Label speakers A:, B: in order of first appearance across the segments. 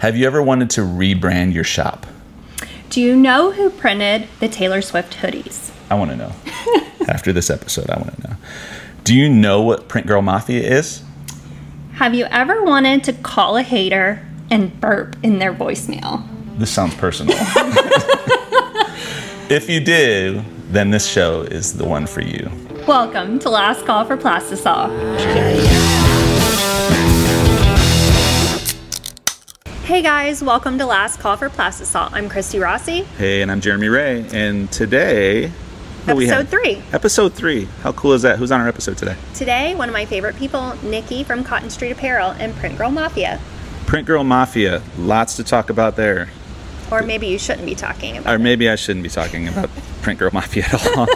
A: Have you ever wanted to rebrand your shop?
B: Do you know who printed the Taylor Swift hoodies?
A: I want to know. After this episode, I want to know. Do you know what Print Girl Mafia is?
B: Have you ever wanted to call a hater and burp in their voicemail?
A: This sounds personal. if you do, then this show is the one for you.
B: Welcome to Last Call for Plastisol. Hey guys, welcome to Last Call for Plastisol. I'm Christy Rossi.
A: Hey, and I'm Jeremy Ray, and today. what do we
B: Episode
A: have?
B: three.
A: Episode three. How cool is that? Who's on our episode today?
B: Today, one of my favorite people, Nikki from Cotton Street Apparel and Print Girl Mafia.
A: Print Girl Mafia. Lots to talk about there.
B: Or maybe you shouldn't be talking about
A: Or maybe I shouldn't be talking about Print Girl Mafia at all.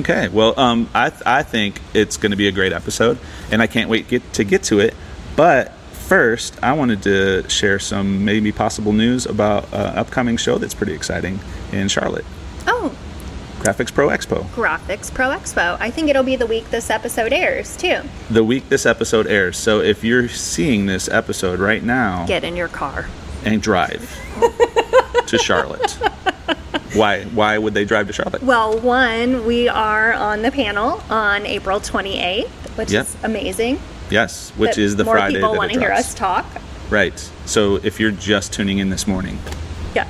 A: okay. Well, um, I, I think it's going to be a great episode, and I can't wait get, to get to it. But first, I wanted to share some maybe possible news about an upcoming show that's pretty exciting in Charlotte
B: Oh,
A: Graphics Pro Expo.
B: Graphics Pro Expo. I think it'll be the week this episode airs, too.
A: The week this episode airs. So if you're seeing this episode right now,
B: Get in your car.
A: and drive to Charlotte. Why? Why would they drive to Charlotte?
B: Well, one, we are on the panel on April 28th, which
A: Yep.
B: is amazing.
A: Yes, which
B: that
A: is the
B: more
A: Friday
B: people
A: that
B: want
A: it
B: to hear
A: drops.
B: us talk.
A: Right. So if you're just tuning in this morning,
B: Yeah,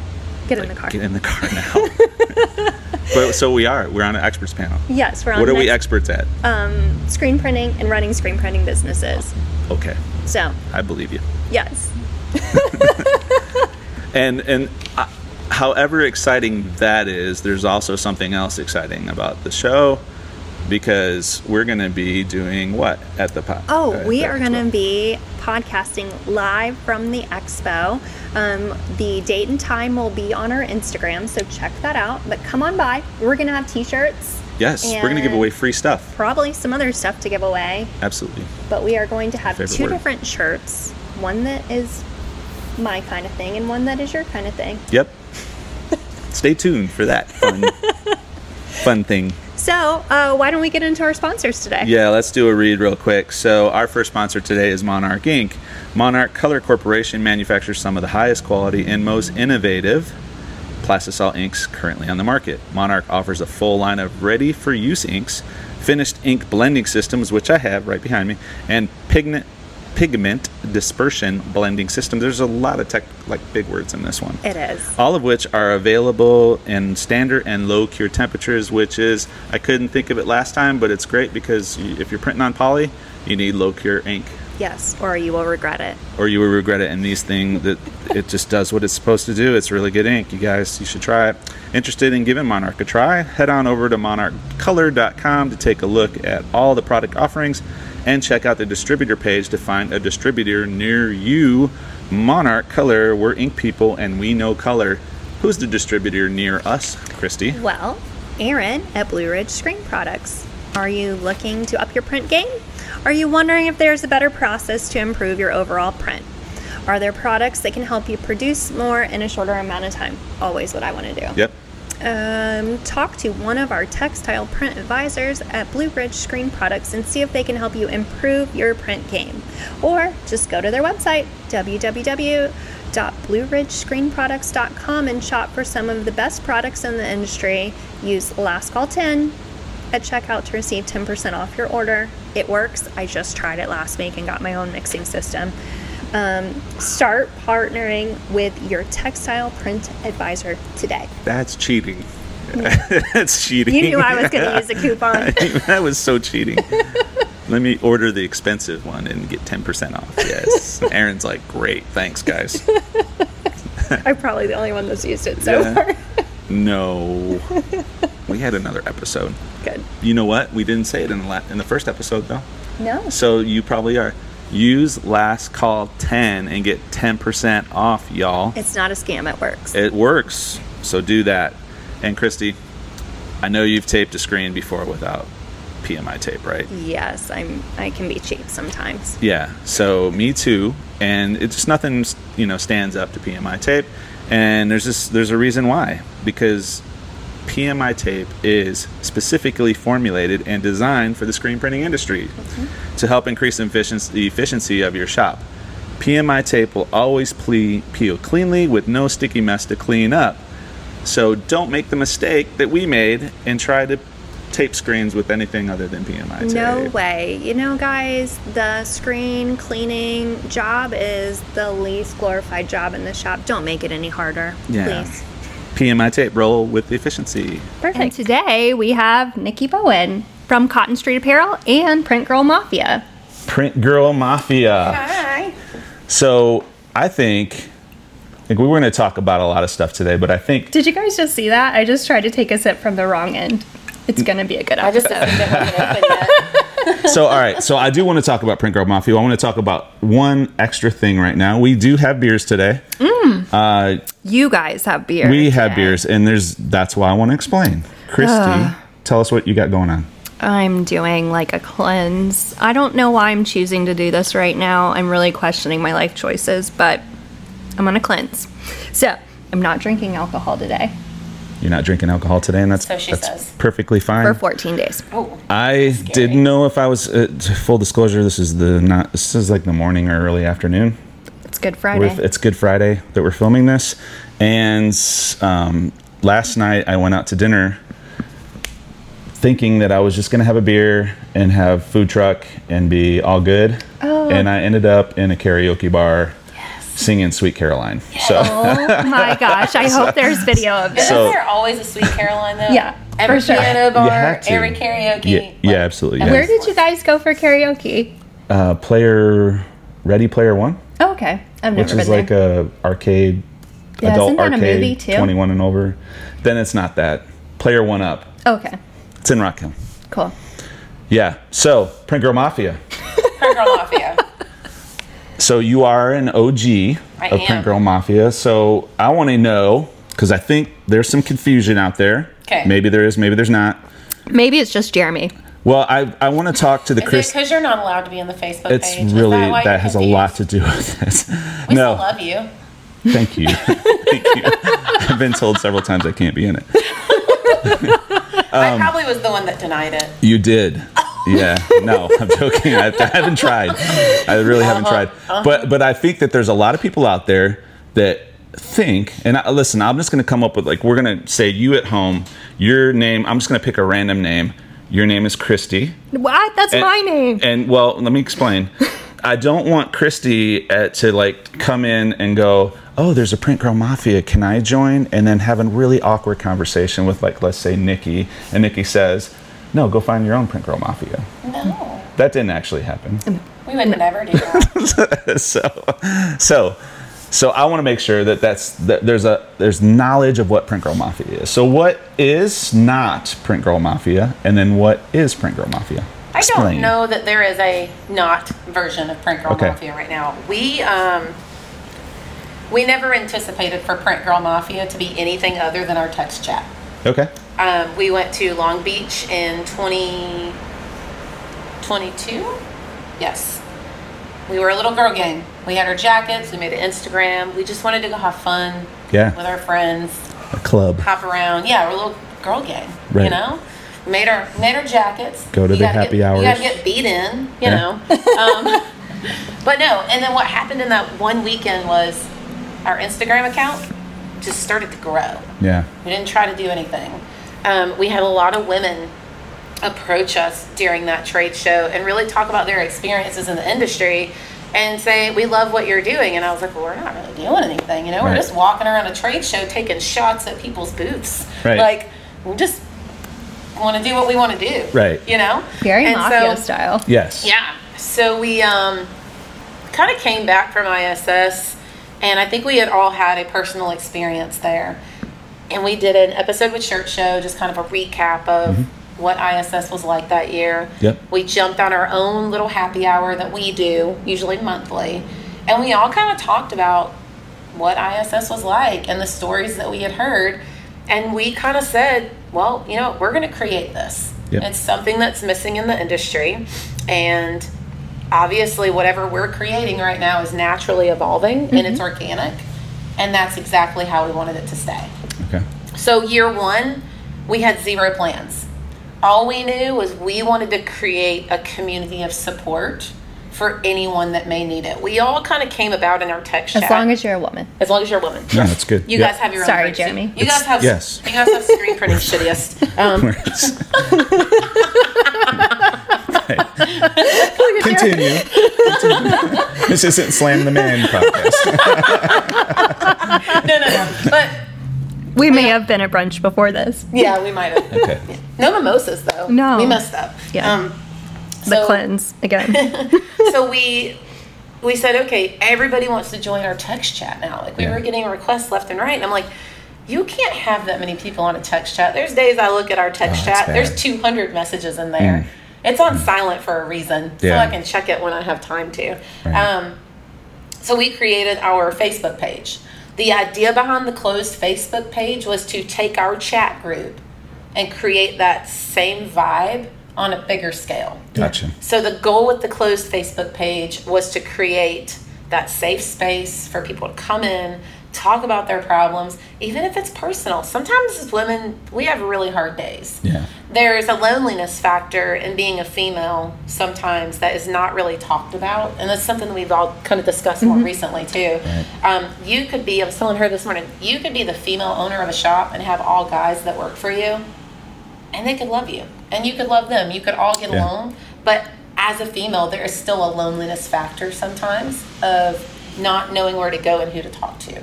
B: get in
A: like,
B: the car.
A: get in the car now. but so we are. We're on an experts panel.
B: Yes, we're on
A: What are
B: the
A: we
B: next-
A: experts at?
B: um, screen printing and running screen printing businesses.
A: okay,
B: So,
A: I believe you.
B: yes,
A: And and uh, however exciting that is, there's also something else exciting about the show because we're going to be doing what at the pot?
B: Oh,
A: uh,
B: we
A: the
B: are
A: expo?
B: going to be podcasting live from the expo. Um, the date and time will be on our Instagram, so check that out. But come on by. We're going to have t shirts,
A: Yes, we're going to give
B: and-
A: away free stuff.
B: probably some other stuff to give away,
A: Absolutely.
B: but we are going to have
A: Favorite
B: two
A: word.
B: different shirts one that is my kind of thing and one that is your kind of thing.
A: Yep. Stay tuned for that fun, fun thing.
B: So, uh, why don't we get into our sponsors today?
A: Yeah, let's do a read real quick. So, our first sponsor today is Monarch Inc. Monarch Color Corporation manufactures some of the highest quality and most innovative Plastisol inks currently on the market. Monarch offers a full line of ready for use inks, finished ink blending systems, which I have right behind me, and pigment pigment dispersion blending systems. There's a lot of tech like big words in this one.
B: It is.
A: all of which are available in standard and low cure temperatures which is i couldn't think of it last time but it's great because you, if you're printing on poly you need low cure ink
B: Yes, or you will regret it.
A: or you will regret it and these things that it just does what it's supposed to do it's really good ink you guys you should try it interested in giving monarch a try head on over to monarchcolor.com to take a look at all the product offerings and check out the distributor page to find a distributor near you monarch color we're ink people and we know color who's the distributor near us christy
B: Well, Aaron at Blue Ridge Screen Products. Are you looking to up your print game? Are you wondering if there's a better process to improve your overall print? Are there products that can help you produce more in a shorter amount of time? Always what I want to do.
A: yep
B: Um, talk to one of our textile print advisors at Blue Ridge Screen Products and see if they can help you improve your print game. Or just go to their website, www.blueridgescreenproducts.com, and shop for some of the best products in the industry. Use Last Call 10 at checkout to receive 10% off your order. It works. I just tried it last week and got my own mixing system. Um, start partnering with your textile print advisor today.
A: that's cheating that's cheating
B: You knew I was going to use a coupon.
A: that was so cheating. Let me order the expensive one and get 10% off. Yes. Aaron's like, great. Thanks, guys.
B: I'm probably the only one that's used it so
A: Yeah.
B: far.
A: No. We had another episode.
B: Good.
A: You know what? We didn't say it in the, la- in the first episode, though.
B: No.
A: So you probably are. Use last call 10 and get 10% off, y'all.
B: It's not a scam. It works.
A: It works. So do that. And Christy, I know you've taped a screen before without PMI tape, right?
B: yes, I'm. I can be cheap sometimes.
A: Yeah. So me too. And it's just nothing, you know, stands up to PMI tape. And there's this, there's a reason why because PMI tape is specifically formulated and designed for the screen printing industry to help increase efficiency, the efficiency of your shop. PMI tape will always ple- peel cleanly with no sticky mess to clean up. So don't make the mistake that we made and try to tape screens with anything other than PMI tape.
B: No way. You know, guys, the screen cleaning job is the least glorified job in the shop. Don't make it any harder,
A: Yeah.
B: please.
A: PMI tape roll with efficiency.
B: Perfect. And today we have Nikki Bowen from Cotton Street Apparel and Print Girl Mafia.
A: Print Girl Mafia.
B: Hi.
A: So I think like we were going to talk about a lot of stuff today, but I think
B: Did you guys just see that? I just tried to take a sip from the wrong end. It's
A: Mm.
B: going to be a good
C: I just
B: episode.
C: opened it. wasn't open yet.
A: so. All right, so I do want to talk about Print Girl Mafia. I want to talk about one extra thing right now. We do have beers today.
B: You guys have beer.
A: We have beers, and there's that's why I want to explain. Christy,
C: Ah.
A: tell us what you got going on.
B: I'm doing like a cleanse. I don't know why I'm choosing to do this right now. I'm really questioning my life choices, but I'm on a cleanse. So I'm not drinking alcohol today
A: You're not drinking alcohol today, and that's
C: So she
A: that's
C: says.
A: perfectly fine.
B: for 14 days.
C: Oh,
A: I didn't know if I was uh, t- full disclosure. This is the not. This is like the morning or early afternoon.
B: It's Good
A: We're-
B: Friday.
A: it's Good Friday that we're filming this, and um, last night I went out to dinner thinking that I was just gonna have a beer and have food truck and be all good,
B: Oh.
A: and I ended up in a karaoke bar singing "Sweet Caroline." So.
B: oh my gosh. I hope there's video of this.
C: isn't
A: So-
C: there always a Sweet Caroline though?
B: Yeah,
C: every
B: for sure.
C: piano
A: You
C: bar,
A: had to.
C: every karaoke.
A: Yeah,
C: like,
A: yeah absolutely. Yeah.
B: Where did you guys go for karaoke?
A: uh, player Ready Player One,
B: Oh, okay. I've never
A: which
B: been
A: is like
B: there.
A: a arcade,
B: Yeah,
A: adult
B: isn't that a
A: arcade,
B: movie, too?
A: 21 and over. Then it's not that. Player One Up.
B: okay.
A: It's in Rock Hill.
B: Cool.
A: Yeah. So Print Girl Mafia.
C: Print Girl Mafia.
A: So you are an OG
C: I
A: of
C: am.
A: Print Girl Mafia. So I want to know because I think there's some confusion out there.
C: 'Kay.
A: Maybe there is. Maybe there's not.
B: Maybe it's just Jeremy.
A: Well, I I want to talk to the
C: Is it
A: Chris.
C: because you're not allowed to be on the Facebook
A: It's
C: page? Is
A: really
C: why
A: that,
C: you're
A: has a
C: confused?
A: lot to do with this.
C: We
A: no, Um,
C: still love you.
A: Thank you. Thank you. I've been told several times I can't be in it.
C: I probably was the one that denied it.
A: You did. Yeah. No, I'm joking. I, I haven't tried. I really haven't tried. But but I think that there's a lot of people out there that think and I, listen, I'm just going to come up with like we're going to say you at home, your name, I'm just going to pick a random name. Your name is Christy.
B: What? That's my name.
A: And well, let me explain. I don't want Christy uh, to like come in and go, "Oh, there's a print girl mafia. Can I join?" And then have a really awkward conversation with like, let's say Nikki, and Nikki says, "No, go find your own print girl mafia."
C: No,
A: That didn't actually happen.
C: we would never do that.
A: so, so, so I want to make sure that that's that there's a there's knowledge of what print girl mafia is. So, what is not print girl mafia, and then what is print girl mafia?
C: I
A: Explain.
C: don't know that there is a not version of Print Girl
A: Okay.
C: Mafia right now. We um, we never anticipated for Print Girl Mafia to be anything other than our text chat.
A: Okay.
C: Um, we went to Long Beach in 2022. Yes. We were a little girl gang. We had our jackets. We made an Instagram. We just wanted to go have fun
A: Yeah.
C: with our friends,
A: A club.
C: hop around. Yeah, we're a little girl gang.
A: Right.
C: You know, made our made our jackets.
A: Go to
C: You
A: the
C: gotta
A: happy
C: get,
A: hours.
C: You gotta get beat in. You
A: Yeah.
C: know. um, but no. And then what happened in that one weekend was our Instagram account just started to grow.
A: Yeah.
C: We didn't try to do anything. Um, we had a lot of women approach us during that trade show and really talk about their experiences in the industry and say, We love what you're doing. And I was like, Well, we're not really doing anything. You know,
A: Right.
C: we're just walking around a trade show taking shots at people's booths.
A: Right.
C: Like, we just want to do what we want to do.
A: Right.
C: You know?
B: Very
C: And
B: mafia
C: so-
B: style.
A: Yes.
C: yeah. So we um, kind of came back from ISS, and I think we had all had a personal experience there. And we did an episode with Shirt Show, just kind of a recap of what ISS was like that year.
A: Mm-hmm. Yep.
C: We jumped on our own little happy hour that we do, usually monthly, and we all kind of talked about what ISS was like and the stories that we had heard. And we kind of said, well, you know, we're going to create this.
A: Yep.
C: It's something that's missing in the industry. And obviously, whatever we're creating right now is naturally evolving and it's
B: Mm-hmm.
C: organic. And that's exactly how we wanted it to stay.
A: Okay.
C: So year one, we had zero plans. All we knew was we wanted to create a community of support for anyone that may need it. We all kind of came about in our text
B: As
C: chat.
B: long as you're a woman.
C: as long as you're a woman.
A: No, that's good.
C: You
A: Yeah.
C: guys have your own.
B: Sorry,
C: currency.
B: Jeremy.
C: You guys
A: It's-
C: have
A: yes.
C: You guys have screen printing shittiest. Um,
A: Continue. Continue. this isn't Slam the Man podcast.
C: no, no, no. But
B: We may have been at brunch before this.
C: yeah, we might have.
A: Okay.
C: No mimosas though.
B: No.
C: we messed up. Um,
B: Yeah. The
C: so-
B: cleanse again.
C: so we we said okay everybody wants to join our text chat now like we
A: Yeah.
C: were getting requests left and right and i'm like you can't have that many people on a text chat there's days i look at our text
A: Oh, that's
C: chat there's
A: bad. Mm.
C: 200 messages in there it's on silent for a reason
A: Yeah.
C: so i can check it when i have time to
A: Right.
C: um, so we created our facebook page the idea behind the closed facebook page was to take our chat group and create that same vibe on a bigger scale
A: Gotcha.
C: so the goal with the closed Facebook page was to create that safe space for people to come in, talk about their problems, even if it's personal. Sometimes as women, we have really hard days.
A: Yeah.
C: There's a loneliness factor in being a female sometimes that is not really talked about, and that's something that we've all kind of discussed more recently too. Um, you could be—I was telling her this morning—you could be the female owner of a shop and have all guys that work for you, and they could love you and you could love them you could all get
A: Yeah.
C: along but as a female there is still a loneliness factor sometimes of not knowing where to go and who to talk to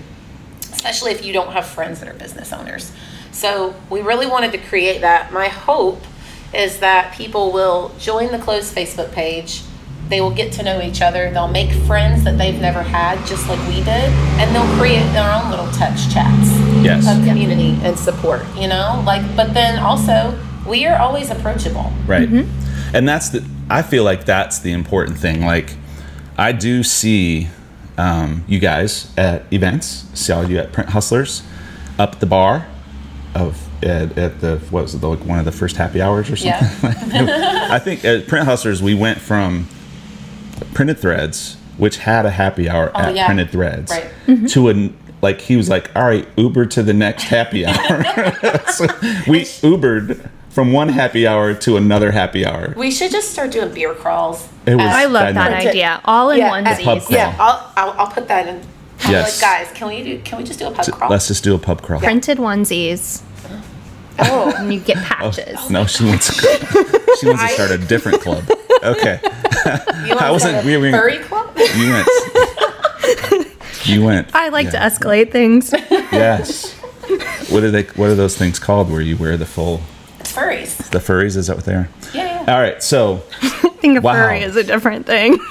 C: especially if you don't have friends that are business owners so we really wanted to create that my hope is that people will join the closed facebook page they will get to know each other they'll make friends that they've never had just like we did and they'll create their own little touch chats
A: Yes.
C: of community and support, you know? Like, but then also, we are always approachable.
A: Right. And that's the, I feel like that's the important thing. Like, I do see um, you guys at events, saw you at Print Hustlers, up the bar of, at, at the, what was it, the, like one of the first happy hours or something?
C: Yeah.
A: I think at Print Hustlers, we went from Printed Threads, which had a happy hour at
C: Oh, yeah.
A: Printed Threads,
C: Right.
B: Mm-hmm.
A: to an like he was like, all right, Uber to the next happy hour. So we Ubered from one happy hour to another happy hour.
C: We should just start doing beer crawls.
A: It was-
C: At-
B: I love that
A: Dynamic.
B: idea. All in
C: Yeah,
B: one
C: at-
A: The pub
B: disease.
A: crawl.
C: yeah, I'll, I'll, I'll put that in. I'm
A: Yes.
C: Like, guys, can we do? Can we just do a pub crawl?
A: Let's just do a pub crawl.
B: Printed onesies.
C: oh,
B: And you get patches.
A: No, she wants to, she wants to start a different club. Okay,
C: you
A: I wasn't-
C: want to
A: we- we-
C: furry club?
A: you went. You went.
B: I like
A: Yeah.
B: to escalate things.
A: Yes. What are they? What are those things called? Where you wear the full
C: It's furries.
A: the furries? Is that what they are?
C: Yeah, yeah.
A: All right. So
B: I think a
A: Wow.
B: furry is a different thing.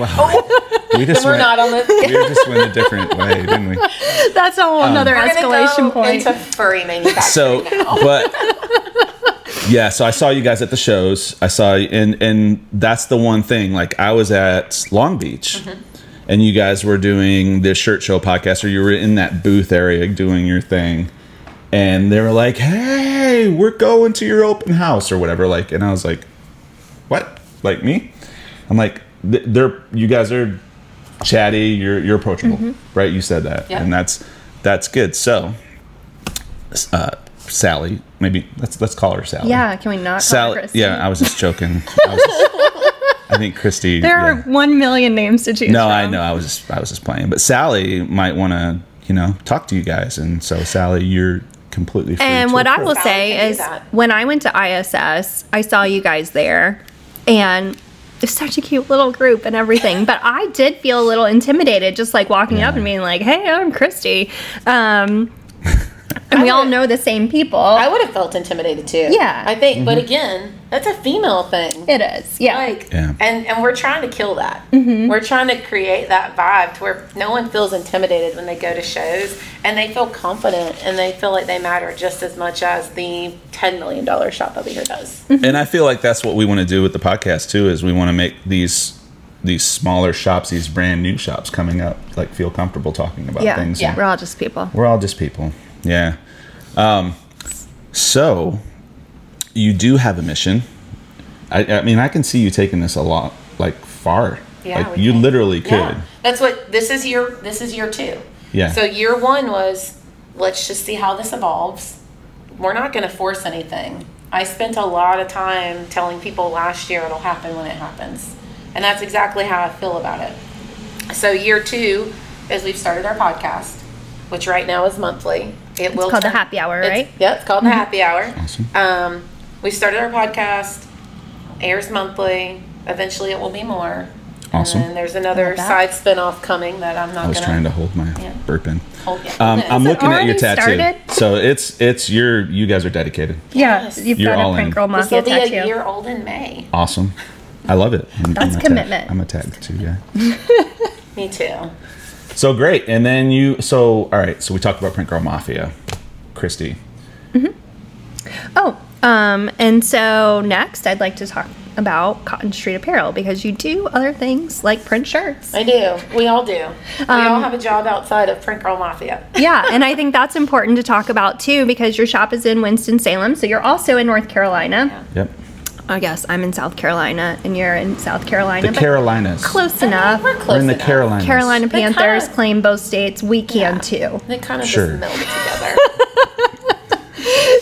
A: we just
C: We're
A: went.
C: not on the.
A: we just went a different way, didn't we?
B: That's a
A: Um,
B: whole another
C: We're gonna
B: escalation
C: go
B: point.
C: into furry manufacturing.
A: So, but yeah, so I saw you guys at the shows. I saw you, and and that's the one thing. Like I was at Long Beach, and you guys were doing the shirt show podcast, or you were in that booth area doing your thing, and they were like, "Hey, we're going to your open house or whatever." Like, and I was like, "What? Like me?" I'm like, "Th- "They're you guys are chatty. You're you're approachable, right?" You said that,
C: Yeah.
A: and that's that's good. So uh, Sally. Maybe let's let's call her Sally.
B: Yeah, can we not call her
A: Sally.
B: Christy?
A: Yeah, I was just joking. I, was just- I think Christy.
B: There
A: yeah.
B: are one million names to choose
A: No,
B: from.
A: I know. I was just I was just playing. But Sally might want to you know talk to you guys, and so Sally, you're completely free.
B: And
A: to
B: what I will
A: approach.
C: Sally can
B: say
C: do
B: is,
C: that.
B: when I went to ISS, I saw you guys there, and it's such a cute little group and everything. But I did feel a little intimidated, just like walking up and being like, "Hey, I'm Christy," um, and we all know the same people.
C: I would have felt intimidated too.
B: Yeah.
C: I think.
A: Mm-hmm.
C: But again, that's a female thing.
B: it is, yeah.
C: Like,
A: Yeah.
C: and and we're trying to kill that. We're trying to create that vibe to where no one feels intimidated when they go to shows, and they feel confident and they feel like they matter just as much as the ten million dollar shop over here does.
A: And I feel like that's what we want to do with the podcast too. Is we want to make these these smaller shops, these brand new shops coming up, like feel comfortable talking about
B: yeah,
A: things.
B: yeah.
A: and-
B: We're all just people.
A: We're all just people. Yeah. Um, so you do have a mission. I, I mean, I can see you taking this a lot, like far.
C: Yeah,
A: like,
C: we
A: you
C: can.
A: literally could.
C: Yeah, that's what this is. Year this is year two.
A: Yeah.
C: So year one was let's just see how this evolves. We're not going to force anything. I spent a lot of time telling people last year it'll happen when it happens. And that's exactly how I feel about it. So year two is we've started our podcast, which right now is monthly. It will
B: called The Happy Hour,
C: it's-
B: right? Mm-hmm.
C: Yeah, it's called the Happy Hour.
A: Awesome.
C: Um, we started our podcast. Airs monthly. Eventually, it will be more.
A: Awesome.
C: And then there's another
B: Love that.
C: side spin-off coming that I'm not
A: I was
C: gonna
A: trying to hold my
C: Yeah. Oh,
A: burp in.
C: hold yet.
A: Um, I'm
B: it
A: looking at your
B: already
A: tattoo.
B: started?
A: So it's it's your you guys are dedicated.
B: Yeah,
C: Yes.
B: you've
A: You're
B: got
A: all
B: a
A: in.
B: print girl
C: This
B: mafia
C: will be a
B: tattoo.
C: year old in May.
A: Awesome. I love it. I'm,
B: That's
A: a tat-
B: commitment.
A: I'm a tattoo guy.
C: Me too.
A: So great. And then you, so, all right. So we talked about Print Girl Mafia, Christy.
B: Oh, um, and so next, I'd like to talk about Cotton Street Apparel because you do other things like print shirts.
C: I do. We all do. We
B: Um,
C: all have a job outside of Print Girl Mafia.
B: yeah, and I think that's important to talk about too because your shop is in Winston Salem, so you're also in North Carolina.
A: Yep.
B: I guess I'm in South Carolina, and you're in South Carolina.
A: The
B: but
A: Carolinas.
B: close enough.
C: We're close
A: We're in the
C: enough.
A: Carolinas.
B: Carolina
C: They kinda-
B: Panthers claim both states. We can too.
C: They kind of
A: Sure.
C: just melded together.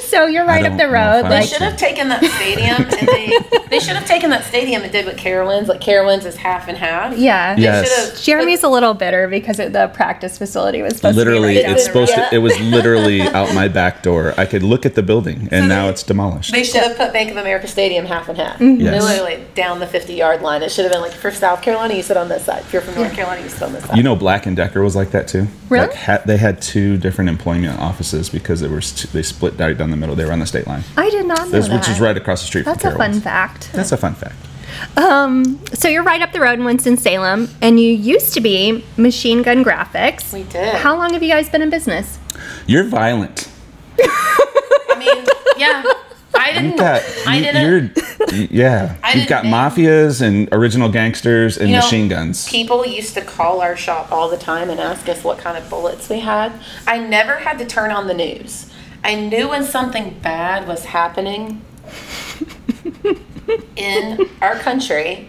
B: So you're right
A: I
B: up the
A: don't know if I
B: road.
C: they
B: Like,
A: like
C: should have taken that stadium and they they should have taken that stadium and did what Carolyn's like Carolyn's is half and half.
B: yeah.
A: Yeah.
C: They
A: Yes.
C: should have
B: Jeremy's a little bitter because it, the practice facility was supposed
A: Literally,
B: to be right
A: it's
B: down the road.
A: supposed
C: road.
A: to, it was literally out my back door. I could look at the building and now it's demolished.
C: They should have put Bank of America Stadium half and half.
A: Yes.
C: Literally down the 50 yard line. It should have been like, for South Carolina, you sit on this side. If you're from North Carolina, you sit on this side.
A: You know, Black and Decker was like that too.
B: Really?
A: Like, ha- they had two different employment offices because they were st- they split right down the middle. They were on the state
C: Oh,
A: line,
B: I did not know
A: This-
B: that.
A: which is right across the street.
B: That's
A: from
B: a fun
A: Carolines.
B: fact.
A: That's a fun fact.
B: Um, so you're right up the road in Winston-Salem, and you used to be Machine Gun Graphics.
C: We did.
B: How long have you guys been in business?
A: You're violent.
C: I mean, yeah. I didn't.
A: You've got,
C: I
A: you-
C: didn't.
A: You're, y- yeah,
C: I
A: you've
C: didn't
A: got
C: think-
A: mafias and original gangsters and
C: You know,
A: machine guns.
C: People used to call our shop all the time and ask us what kind of bullets we had. I never had to turn on the news. I knew when something bad was happening in our country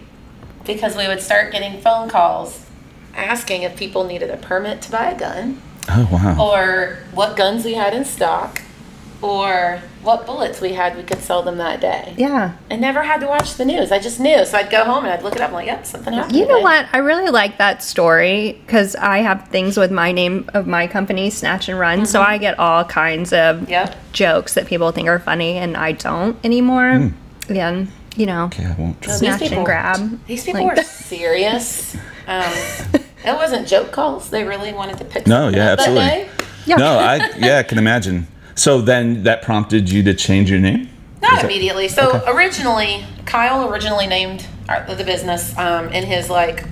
C: because we would start getting phone calls asking if people needed a permit to buy a gun
A: Oh wow!
C: or what guns we had in stock or what bullets we had we could sell them that day.
B: Yeah.
C: I never had to watch the news. I just knew. So I'd go home and I'd look it up. I'm like, yep, something happened.
B: You know
C: today."
B: what? I really like that story because I have things with my name of my company, Snatch and Run. So I get all kinds of
C: Mm-hmm. Yep.
B: jokes that people think are funny, and I don't anymore. And, you know,
A: Hmm. Okay, I won't. Try.
C: These
B: snatch
C: people-
B: and grab.
C: These people
B: Like
C: were serious. Um, it wasn't joke calls. They really wanted to pick.
A: No,
C: something
A: yeah,
C: up that
A: absolutely.
C: day.
B: Yeah.
A: No, I yeah, I can imagine. So then that prompted you to change your name.
C: Not
A: Is that-
C: immediately. So originally, Kyle originally named our, the business um, in his like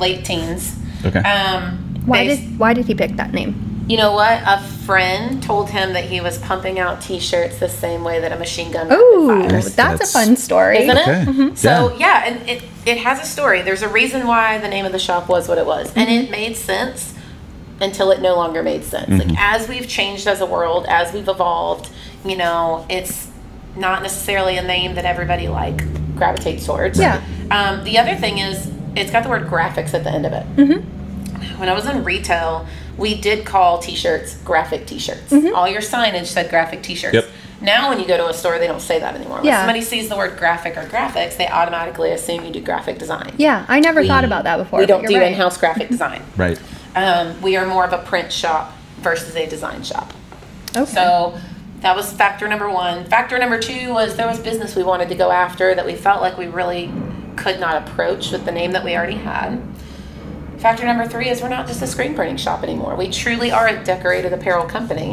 C: late teens.
A: Okay.
C: Um,
B: Why
C: based-
B: did, why did he pick that name?
C: you know what? A friend told him that he was pumping out T-shirts the same way that a machine gun.
B: Ooh,
C: fires.
B: that's,
A: that's-
B: a fun story.
C: Isn't it?
A: Okay. Mhm.
C: mm-hmm. So yeah, and it, it has a story. There's a reason why the name of the shop was what it was, and it made sense until it no longer made sense. Like as we've changed as a world, as we've evolved, you know, it's not necessarily a name that everybody like gravitates towards.
B: Yeah.
C: Um, the other thing is, it's got the word graphics at the end of it when I was in retail, we did call t-shirts graphic t-shirts. All your signage said graphic t-shirts.
A: Yep.
C: Now when you go to a store, they don't say that anymore. When
B: Yeah.
C: somebody sees the word graphic or graphics, they automatically assume you do graphic design.
B: Yeah, I never thought about that before.
C: We
B: but
C: don't
B: you're
C: do
B: right.
C: in-house graphic design.
A: Right.
C: Um, we are more of a print shop versus a design shop.
B: Okay.
C: So that was factor number one. Factor number two was there was business we wanted to go after that we felt like we really could not approach with the name that we already had. Factor number three is we're not just a screen printing shop anymore. We truly are a decorated apparel company.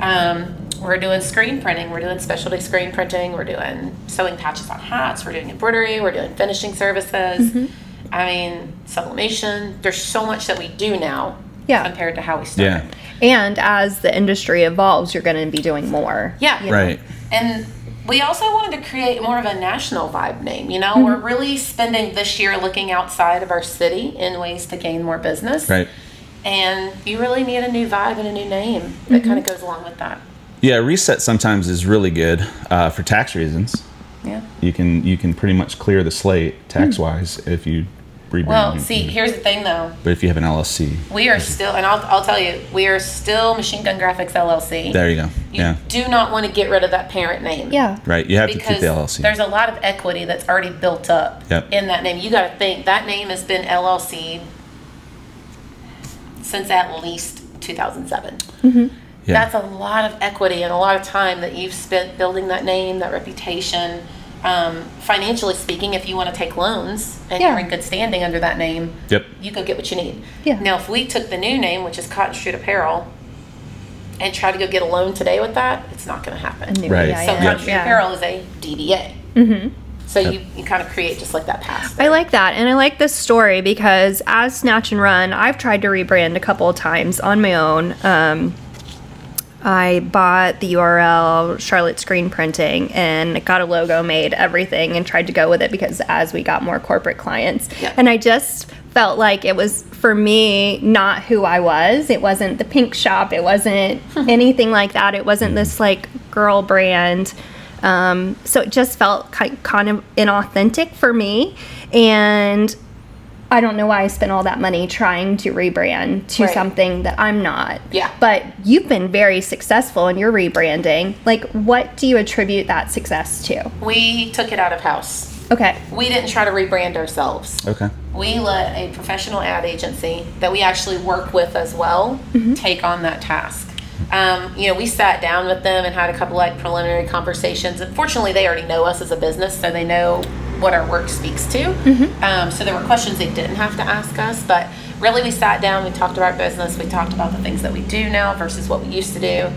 C: Um, we're doing screen printing, we're doing specialty screen printing, we're doing sewing patches on hats, we're doing embroidery, we're doing finishing services. I mean, sublimation. There's so much that we do now
B: Yeah.
C: compared to how we started.
A: Yeah.
B: and as the industry evolves, you're going to be doing more.
C: Yeah.
B: you know?
A: Right.
C: And we also wanted to create more of a national vibe name. You know,
A: Mm-hmm.
C: we're really spending this year looking outside of our city in ways to gain more business.
A: Right.
C: And you really need a new vibe and a new name that
A: Mm-hmm.
C: kind of goes along with that.
A: Yeah. Reset sometimes is really good uh, for tax reasons.
C: Yeah.
A: You can you can pretty much clear the slate tax wise if you rebranding.
C: Hmm. Well, see,
A: Mm-hmm.
C: here's the thing though.
A: but if you have an LLC,
C: We are still, and I'll, I'll tell you, we are still Machine Gun Graphics LLC.
A: there you go.
C: you
A: yeah,
C: do not want to get rid of that parent name.
B: Yeah.
A: right. You have to keep
C: Because
A: the LLC.
C: there's a lot of equity that's already built up
A: Yep.
C: in that name. You got to think that name has been LLC since at least 2007.
A: yeah.
C: That's a lot of equity and a lot of time that you've spent building that name, that reputation. Um, financially speaking, if you want to take loans and
B: Yeah.
C: you're in good standing under that name,
A: Yep.
C: you go get what you need.
B: Yeah.
C: Now, if we took the new name, which is Cotton Street Apparel, and try to go get a loan today with that, it's not going to happen.
B: A new
A: Right.
C: So
A: Yeah.
C: Cotton Street Apparel is a DBA. Mm-hmm. So you, you kind of create just like that past.
B: I like that. And I like this story because as Snatch and Run, I've tried to rebrand a couple of times on my own. Um, I bought the URL Charlotte Screen Printing and got a logo made, everything, and tried to go with it because as we got more corporate clients.
C: Yeah.
B: And I just felt like it was for me not who I was. It wasn't the pink shop, it wasn't anything like that. It wasn't this like girl brand. Um, so it just felt ki- kind of inauthentic for me. And I don't know why I spent all that money trying to rebrand to
C: Right.
B: something that I'm not.
C: Yeah.
B: But you've been very successful in your rebranding. Like, what do you attribute that success to?
C: We took it out of house.
B: Okay.
C: We didn't try to rebrand ourselves.
A: okay.
C: We let a professional ad agency that we actually work with as well take on that task. Um, you know, we sat down with them and had a couple like preliminary conversations. And fortunately, they already know us as a business, so they know what our work speaks to. Um, so there were questions they didn't have to ask us, but really we sat down, we talked about our business, we talked about the things that we do now versus what we used to do,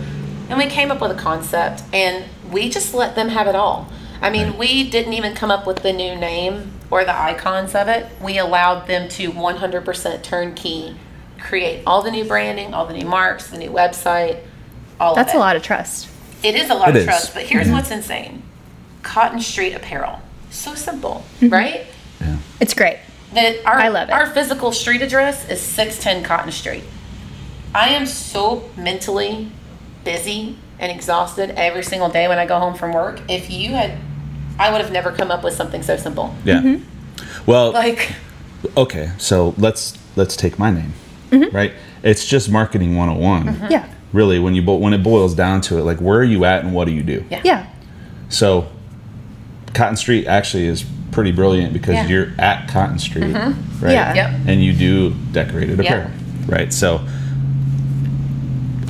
C: and we came up with a concept. And we just let them have it all. I mean, we didn't even come up with the new name or the icons of it. We allowed them to 100% turnkey create all the new branding, all the new marks, the new website, all
B: That's
C: of it.
B: a lot of trust.
C: It is a lot
A: It
C: of
A: is. Mm-hmm.
C: trust, but here's what's insane. Cotton Street Apparel. So simple,
B: Mm-hmm.
C: right?
A: Yeah.
B: It's great.
C: That our
B: I love it.
C: our physical street address is 610 Cotton Street. I am so mentally busy and exhausted every single day when I go home from work. If you had I would have never come up with something so simple.
A: Yeah. Well,
C: Like
A: okay. So let's let's take my name.
B: Mm-hmm.
A: Right. It's just marketing 101.
B: Yeah.
A: Really, when you bo- when it boils down to it, like where are you at and what do you do?
C: Yeah.
B: Yeah.
A: So Cotton Street actually is pretty brilliant because
C: Yeah.
A: you're at Cotton Street, right?
B: Mm-hmm. Yeah.
C: Yep.
A: And you do decorated
C: Yeah.
A: apparel, right? So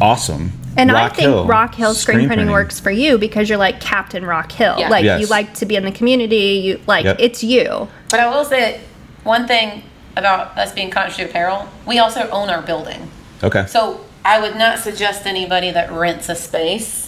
A: awesome.
B: And I think Rock Hill screen, printing, works for you because you're like Captain Rock Hill.
C: Yeah.
B: Like, you
A: Yes.
B: like to be in the community. You like,
A: Yep.
B: it's you.
C: But I will say one thing about us being Cotton Street Apparel, we also own our building.
A: Okay.
C: So I would not suggest anybody that rents a space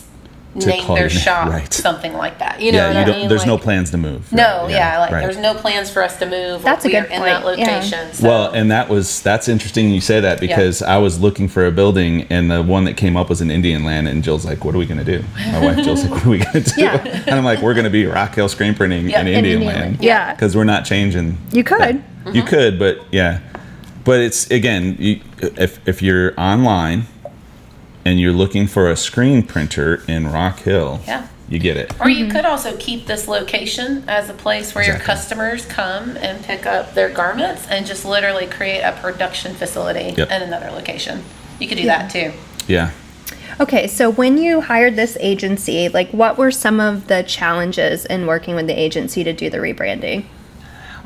A: To
C: name
A: call
C: their
A: your name,
C: shop
A: right.
C: something like that. You know
A: yeah,
C: what
A: you
C: I
A: don't,
C: mean?
A: there's no
C: Like,
A: plans to move.
C: No,
A: right,
C: yeah, like
A: right.
C: there's no plans for us to move.
B: That's a
C: we are
B: good
C: in that
B: point, yeah.
C: location. so-
A: Well, and that was that's interesting you say that because I was looking for a building and the one that came up was in Indian land and Jill's like, What are we gonna do? My wife Jill's like, What are we gonna do?
B: Yeah.
A: And I'm like, We're gonna be Rock Hill screen printing
C: Yeah,
A: in
C: in
A: Indian
B: Indian
A: land.
B: Land. Yeah.
A: Because we're not changing
B: You could.
A: that. You could, but yeah. But it's again, you, if if you're online and you're looking for a screen printer in Rock Hill,
C: Yeah.
A: you get it.
C: or you could also keep this location as a place where your
A: Exactly.
C: customers come and pick up their garments and just literally create a production facility
A: Yep.
C: in another location. You could do
B: Yeah.
C: that too.
A: Yeah.
B: Okay, so when you hired this agency, like what were some of the challenges in working with the agency to do the rebranding?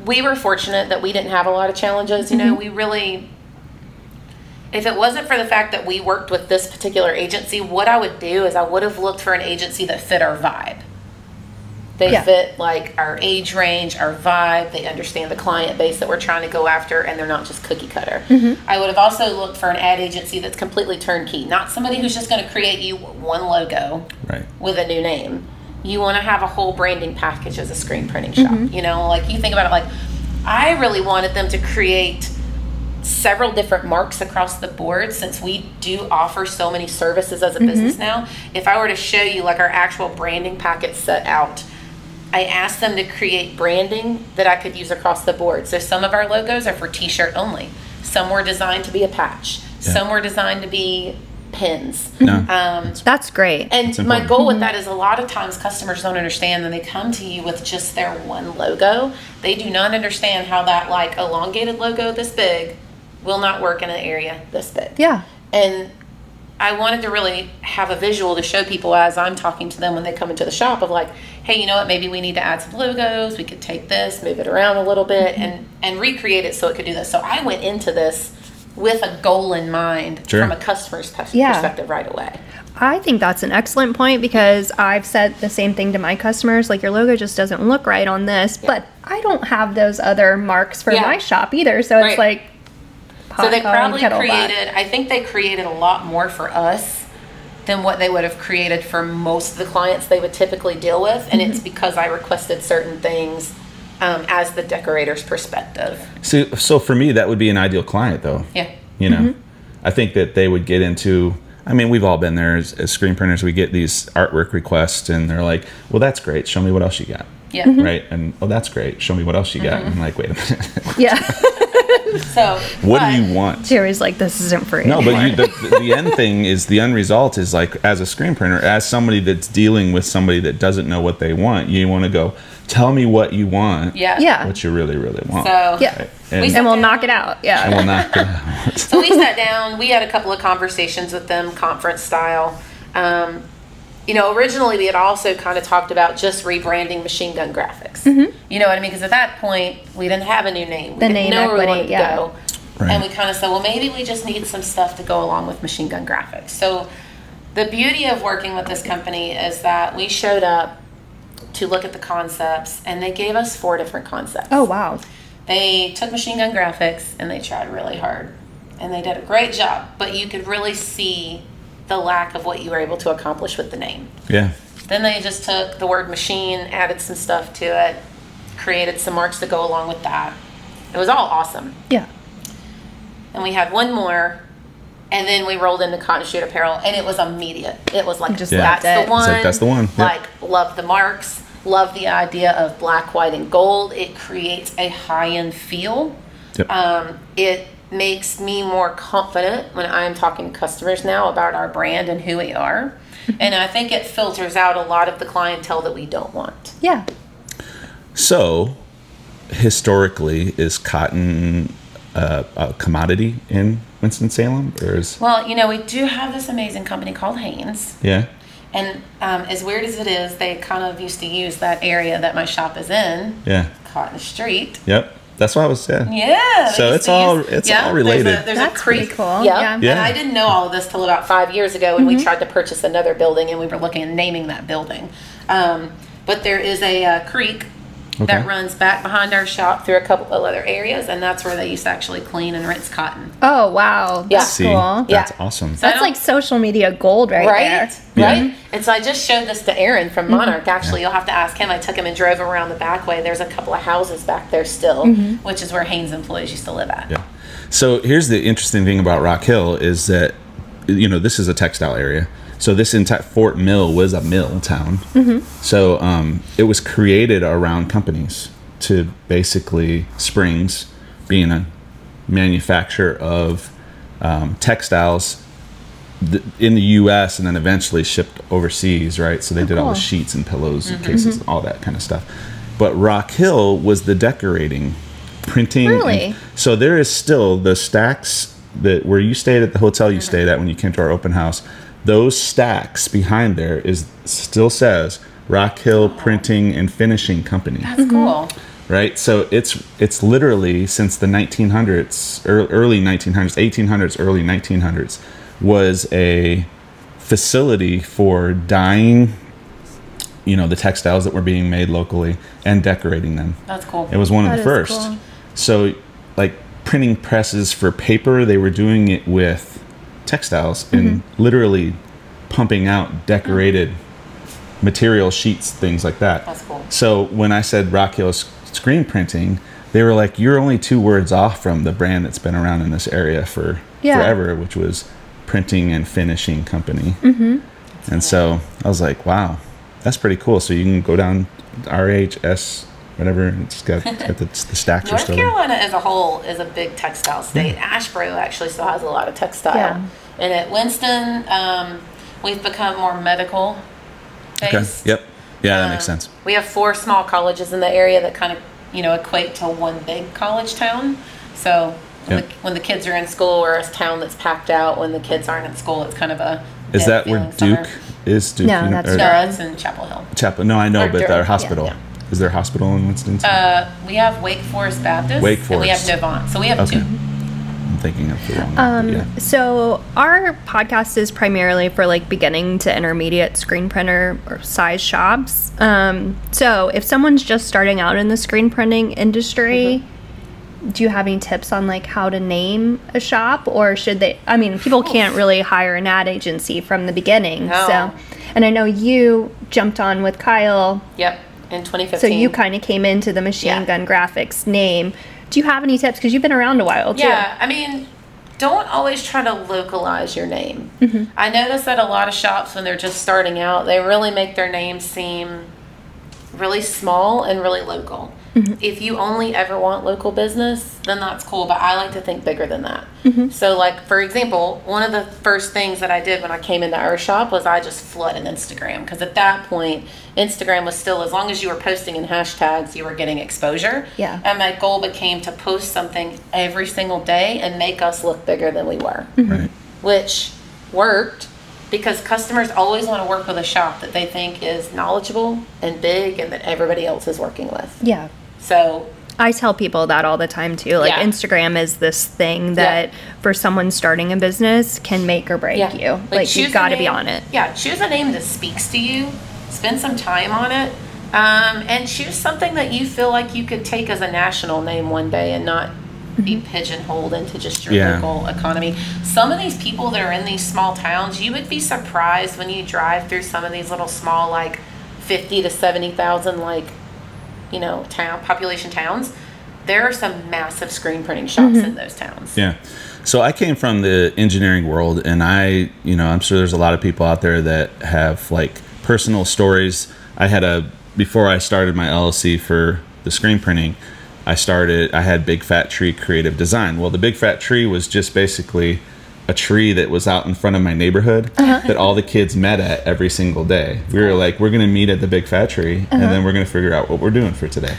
C: we were fortunate that we didn't have a lot of challenges. You know, we really, if it wasn't for the fact that we worked with this particular agency, what I would do is I would have looked for an agency that fit our vibe. They
B: Yeah.
C: fit like our age range, our vibe. They understand the client base that we're trying to go after, and they're not just cookie cutter. I would have also looked for an ad agency that's completely turnkey, not somebody who's just going to create you one logo
A: Right.
C: with a new name. You want to have a whole branding package as a screen printing shop. You know, like you think about it, like I really wanted them to create several different marks across the board since we do offer so many services as a business now. If I were to show you like our actual branding packet set out, I asked them to create branding that I could use across the board. So some of our logos are for t shirt only, some were designed to be a patch, some were designed to be pins.
A: No.
C: Um,
B: That's great.
C: and my
A: important.
C: goal
B: Mm-hmm.
C: with that is a lot of times customers don't understand and they come to you with just their one logo. They do not understand how that like elongated logo this big will not work in an area this big.
B: yeah.
C: And I wanted to really have a visual to show people as I'm talking to them when they come into the shop of like, hey, you know what? Maybe we need to add some logos. We could take this, move it around a little bit,
B: Mm-hmm.
C: and and recreate it so it could do this. So I went into this with a goal in mind
A: Sure.
C: from a customer's pers-
B: Yeah.
C: perspective right away.
B: I think that's an excellent point because I've said the same thing to my customers like your logo just doesn't look right on this, but I don't have those other marks for
C: Yeah.
B: my shop either. So it's
C: Right.
B: like pot
C: so they
B: calling
C: probably
B: kettle black.
C: created i think they created a lot more for us than what they would have created for most of the clients they would typically deal with and
B: Mm-hmm.
C: it's because i requested certain things um, as the decorator's perspective
A: So, so for me, that would be an ideal client, though.
C: yeah Mm-hmm.
A: You know, I think that they would get into. I mean, we've all been there as, as screen printers. We get these artwork requests, and they're like, "Well, that's great. Show me what else you got."
C: yeah
A: Right? And oh, that's great. Show me what else you got.
C: Mm-hmm.
A: And I'm like, wait a minute.
B: Yeah.
C: so
A: what
C: but-
A: do you want?
B: Jerry's like, this isn't free.
A: No, but you, the, the end thing is the end result is like as a screen printer, as somebody that's dealing with somebody that doesn't know what they want, you want to go, tell me what you want,
C: yeah
B: yeah.
A: what you really, really want.
C: so
B: yeah.
A: And,
C: We
B: And we'll
C: Yeah.
B: knock it out. Yeah.
A: and we'll knock it out.
C: so we sat down we had a couple of conversations with them conference style um, you know originally we had also kind of talked about just rebranding machine gun graphics you know what i mean because at that point we didn't have a new name
B: Mm-hmm.
C: we
B: The
C: didn't
B: name
C: know where we
B: equity,
C: wanted to
B: yeah.
C: go
A: Right.
C: and we kind of said well maybe we just need some stuff to go along with machine gun graphics so the beauty of working with this company is that we showed up to look at the concepts and they gave us four different concepts
B: Oh, wow.
C: they took machine gun graphics and they tried really hard and they did a great job but you could really see the lack of what you were able to accomplish with the name
A: Yeah.
C: then they just took the word machine added some stuff to it created some marks to go along with that it was all awesome
B: Yeah.
C: and we had one more and then we rolled into cotton shoot apparel and it was immediate it was like
B: Just
C: that's
B: loved it.
C: the one
A: It's like, that's the one. Yep.
C: like love the marks love the idea of black white and gold it creates a high-end feel
A: Yep.
C: um, it makes me more confident when I'm talking to customers now about our brand and who we are. and I think it filters out a lot of the clientele that we don't want.
B: Yeah.
A: So, historically, is cotton uh, a commodity in Winston Salem, or is
C: Well, you know, we do have this amazing company called Haynes.
A: yeah?
C: And um, as weird as it is, they kind of used to use that area that my shop is in,
A: Yeah.
C: Cotton Street.
A: Yep. That's what I was saying.
C: Yeah. they
A: So
C: used
A: it's
C: to
A: all-
C: use-
A: it's all related.
C: There's a, there's
B: That's
C: a creek.
B: pretty cool.
C: Yeah.
B: Yeah. Mm-hmm.
A: Yeah.
C: And I didn't know all of this till about five years ago when we tried to purchase another building and we were looking at naming that building. Um, but there is a uh, creek
A: Okay.
C: that runs back behind our shop through a couple of other areas, and that's where they used to actually clean and rinse cotton.
B: Oh, wow.
C: Yeah.
B: That's
A: See,
B: cool.
A: that's
C: Yeah.
A: awesome.
C: So- I
B: That's
C: don't-
B: like social media gold right,
C: right?
B: there. Mm-hmm.
A: Yeah.
C: Right? And so I just showed this to Aaron from Monarch. Actually, you'll have to ask him. I took him and drove around the back way. There's a couple of houses back there still,
B: Mm-hmm.
C: which is where Haynes employees used to live at.
A: Yeah. So here's the interesting thing about Rock Hill is that you know this is a textile area. So this entire Fort Mill was a mill town.
B: Mm-hmm.
A: So um, it was created around companies to basically Springs being a manufacturer of um, textiles th- in the U.S. and then eventually shipped overseas, right? So they did all the
B: Oh, cool. Mm-hmm.
A: sheets and pillows and cases and all that kind of stuff. But Rock Hill was the decorating, printing. and-
B: Really?
A: so there is still the stacks that where you stayed at the hotel you stayed at when you came to our open house. Those stacks behind there is still says Rock Hill Printing and Finishing Company
C: That's
B: Mm-hmm.
C: cool.
A: right? So it's it's literally since the 1900s, ear- early 1900s, 1800s, early 1900s was a facility for dyeing, you know, the textiles that were being made locally and decorating them.
C: That's cool.
A: It was one of
B: That
A: the
B: is
A: first.
B: cool.
A: So, like printing presses for paper, they were doing it with textiles and
B: Mm-hmm.
A: literally pumping out decorated
B: Mm-hmm.
A: material sheets, things like that.
C: That's cool.
A: So when I said Rock Hill s- screen printing, they were like, "You're only two words off from the brand that's been around in this area for
B: Yeah.
A: forever, which was Printing and Finishing Company." And so I was like, wow, that's pretty cool. So you can go down RHS whatever. It's got, got the, the stacks are
C: North
A: still. there.
C: Carolina as a whole is a big textile state. Asheboro actually still has a lot of textile.
B: Yeah.
C: And at Winston, um, we've become more medical
A: Okay.
C: based.
A: Yep. Yeah, that makes
C: Um,
A: sense.
C: We have four small colleges in the area that kind of, you know, equate to one big college town. So when,
A: Yeah.
C: the, when the kids are in school, we're a town that's packed out. When the kids aren't in school, it's kind of a.
A: Is
C: dead
A: that where
C: feeling
A: Duke
C: somewhere.
A: is? Duke
B: No,
A: Uni-
B: that's
A: or
C: No, that's in Chapel Hill.
A: Chapel. No, I know,
C: Or
A: but
C: Durham.
A: their hospital.
C: Yeah,
A: Is there a hospital in Winston?
C: Uh, we have Wake Forest Baptist.
A: Wake
C: And we have
A: Forest.
C: Devon. So we have
A: okay.
C: two.
A: I'm thinking of the wrong.
B: Um,
A: yeah.
B: So our podcast is primarily for like beginning to intermediate screen printer or size shops. Um, so if someone's just starting out in the screen printing industry, do you have any tips on like how to name a shop, or should they? I mean, people can't really hire an ad agency from the beginning.
C: Oh. No.
B: So, and I know you jumped on with Kyle,
C: Yep. In 2015.
B: so you kind of came into the machine
C: Yeah.
B: gun graphics name. Do you have any tips? Because you've been around a while too.
C: Yeah, I mean, don't always try to localize your name. I notice that a lot of shops, when they're just starting out, they really make their name seem really small and really local. If you only ever want local business, then that's cool, but I like to think bigger than that. So, like, for example, one of the first things that I did when I came into our shop was I just flooded Instagram because at that point, Instagram was still, as long as you were posting in hashtags, you were getting exposure.
B: Yeah.
C: And my goal became to post something every single day and make us look bigger than we were
A: Right.
C: which worked because customers always want to work with a shop that they think is knowledgeable and big and that everybody else is working with.
B: Yeah.
C: So,
B: I tell people that all the time too. Like
C: Yeah.
B: Instagram is this thing that for someone starting a business can make or break
C: yeah.
B: you. Like,
C: choose
B: you've
C: a
B: got to be
C: name-
B: on it.
C: Yeah, choose a name that speaks to you, spend some time on it, um, and choose something that you feel like you could take as a national name one day and not be
B: Mm-hmm.
C: pigeonholed into just your
A: Yeah.
C: local economy. Some of these people that are in these small towns, you would be surprised when you drive through some of these little small, like 50 to 70,000, like, you know, town population towns. There are some massive screen printing shops
B: Mm-hmm.
C: in those towns.
A: Yeah. So I came from the engineering world, and I, you know, I'm sure there's a lot of people out there that have like personal stories. I had a before I started my LLC for the screen printing. I started. I had Big Fat Tree Creative Design. Well, the Big Fat Tree was just basically a tree that was out in front of my neighborhood that all the kids met at every single day. We were like, we're going to meet at the Big Fat Tree, and then we're going to figure out what we're doing for today.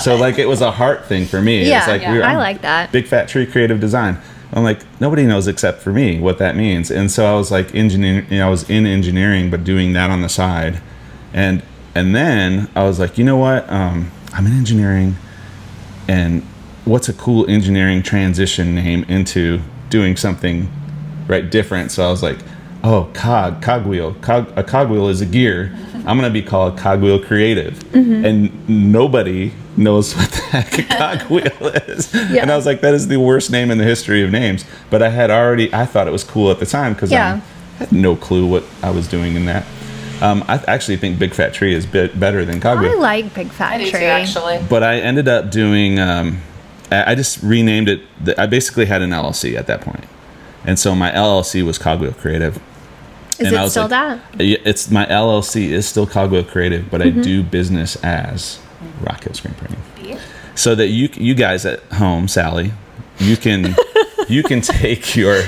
A: so like, it was a heart thing for me. it
B: Yeah,
A: was like
B: yeah.
A: we were,
B: I
A: I'm-
B: like that.
A: big fat tree creative design i'm like nobody knows except for me what that means and so i was like engineer you know, i was in engineering but doing that on the side and and then i was like you know what um, i'm in engineering and what's a cool engineering transition name into doing something right different so i was like oh cog cogwheel cog a cogwheel is a gear i'm gonna be called cogwheel creative and nobody knows what the heck a cogwheel is and i was like that is the worst name in the history of names but i had already i thought it was cool at the time because
B: Yeah.
A: i had no clue what i was doing in that um, i actually think big fat tree is bit better than cogwheel
B: I like Big Fat
C: I do too,
B: Tree.
C: actually.
A: but I ended up doing. Um, I I just renamed it. th- I basically had an LLC at that point, and so my LLC was Cogwheel Creative.
B: Is
A: and
B: it still that? Mm-hmm.
A: Yeah, It's my LLC is still Cogwheel Creative, but I do business as Rock Hill Screen Printing, so that you you guys at home, Sally, you can you can take your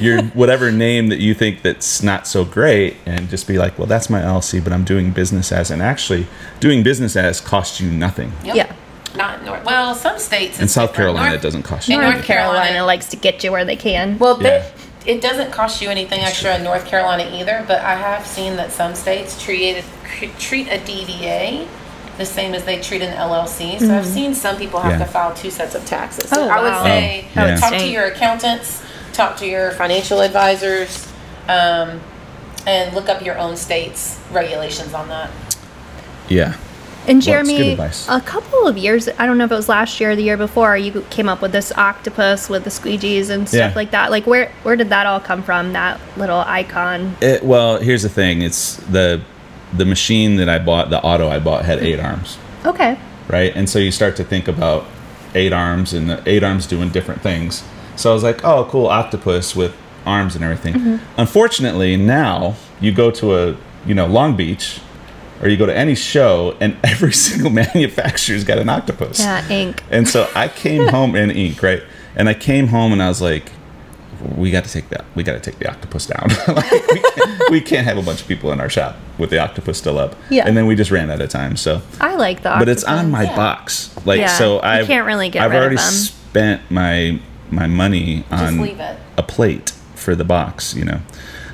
A: your whatever name that you think that's not so great and just be like, well, that's my LLC, but I'm doing business as, and actually doing business as costs you nothing.
C: Yep.
B: Yeah.
C: Not in North. Well, some states.
A: In South Carolina, it doesn't cost you.
C: In
A: anything.
C: North
B: Carolina.
C: Carolina.
B: likes to get you where they can.
C: Well, they-
A: Yeah.
C: it doesn't cost you anything extra in North Carolina either, but I have seen that some states treat a, treat a DVA the same as they treat an LLC. So I've seen some people have
A: Yeah.
C: to file two sets of taxes. So
B: Oh,
C: I
B: wow.
C: would say
A: Oh, yeah.
C: talk to
B: Dang.
C: your accountants, talk to your financial advisors, um, and look up your own state's regulations on that.
A: Yeah.
B: And
A: Well, it's good
B: Jeremy,
A: advice.
B: a couple of years, I don't know if it was last year or the year before, you came up with this octopus with the squeegees and
A: Yeah.
B: stuff like that. Like where where did that all come from? That little icon.
A: It, well, here's the thing. It's the the machine that I bought, the auto I bought had eight arms,
B: Okay.
A: right? And so you start to think about eight arms and the eight arms doing different things. So I was like, oh, cool octopus with arms and everything. Unfortunately, now you go to a you know Long Beach or you go to any show, and every single manufacturer's got an octopus.
B: Yeah, ink.
A: And so I came home in ink, right? And I came home and I was like, we got to take that. We got to take the octopus down. like, we, can't, we can't have a bunch of people in our shop with the octopus still up.
B: Yeah.
A: And then we just ran out of time. So,
B: I like the.
A: but it's
B: octopus.
A: on my box. Like
B: Yeah,
A: so,
B: you
A: I
B: can't really get
A: I've
B: rid of
A: already
B: them.
A: spent my my money on
C: leave it.
A: a plate for the box. You know.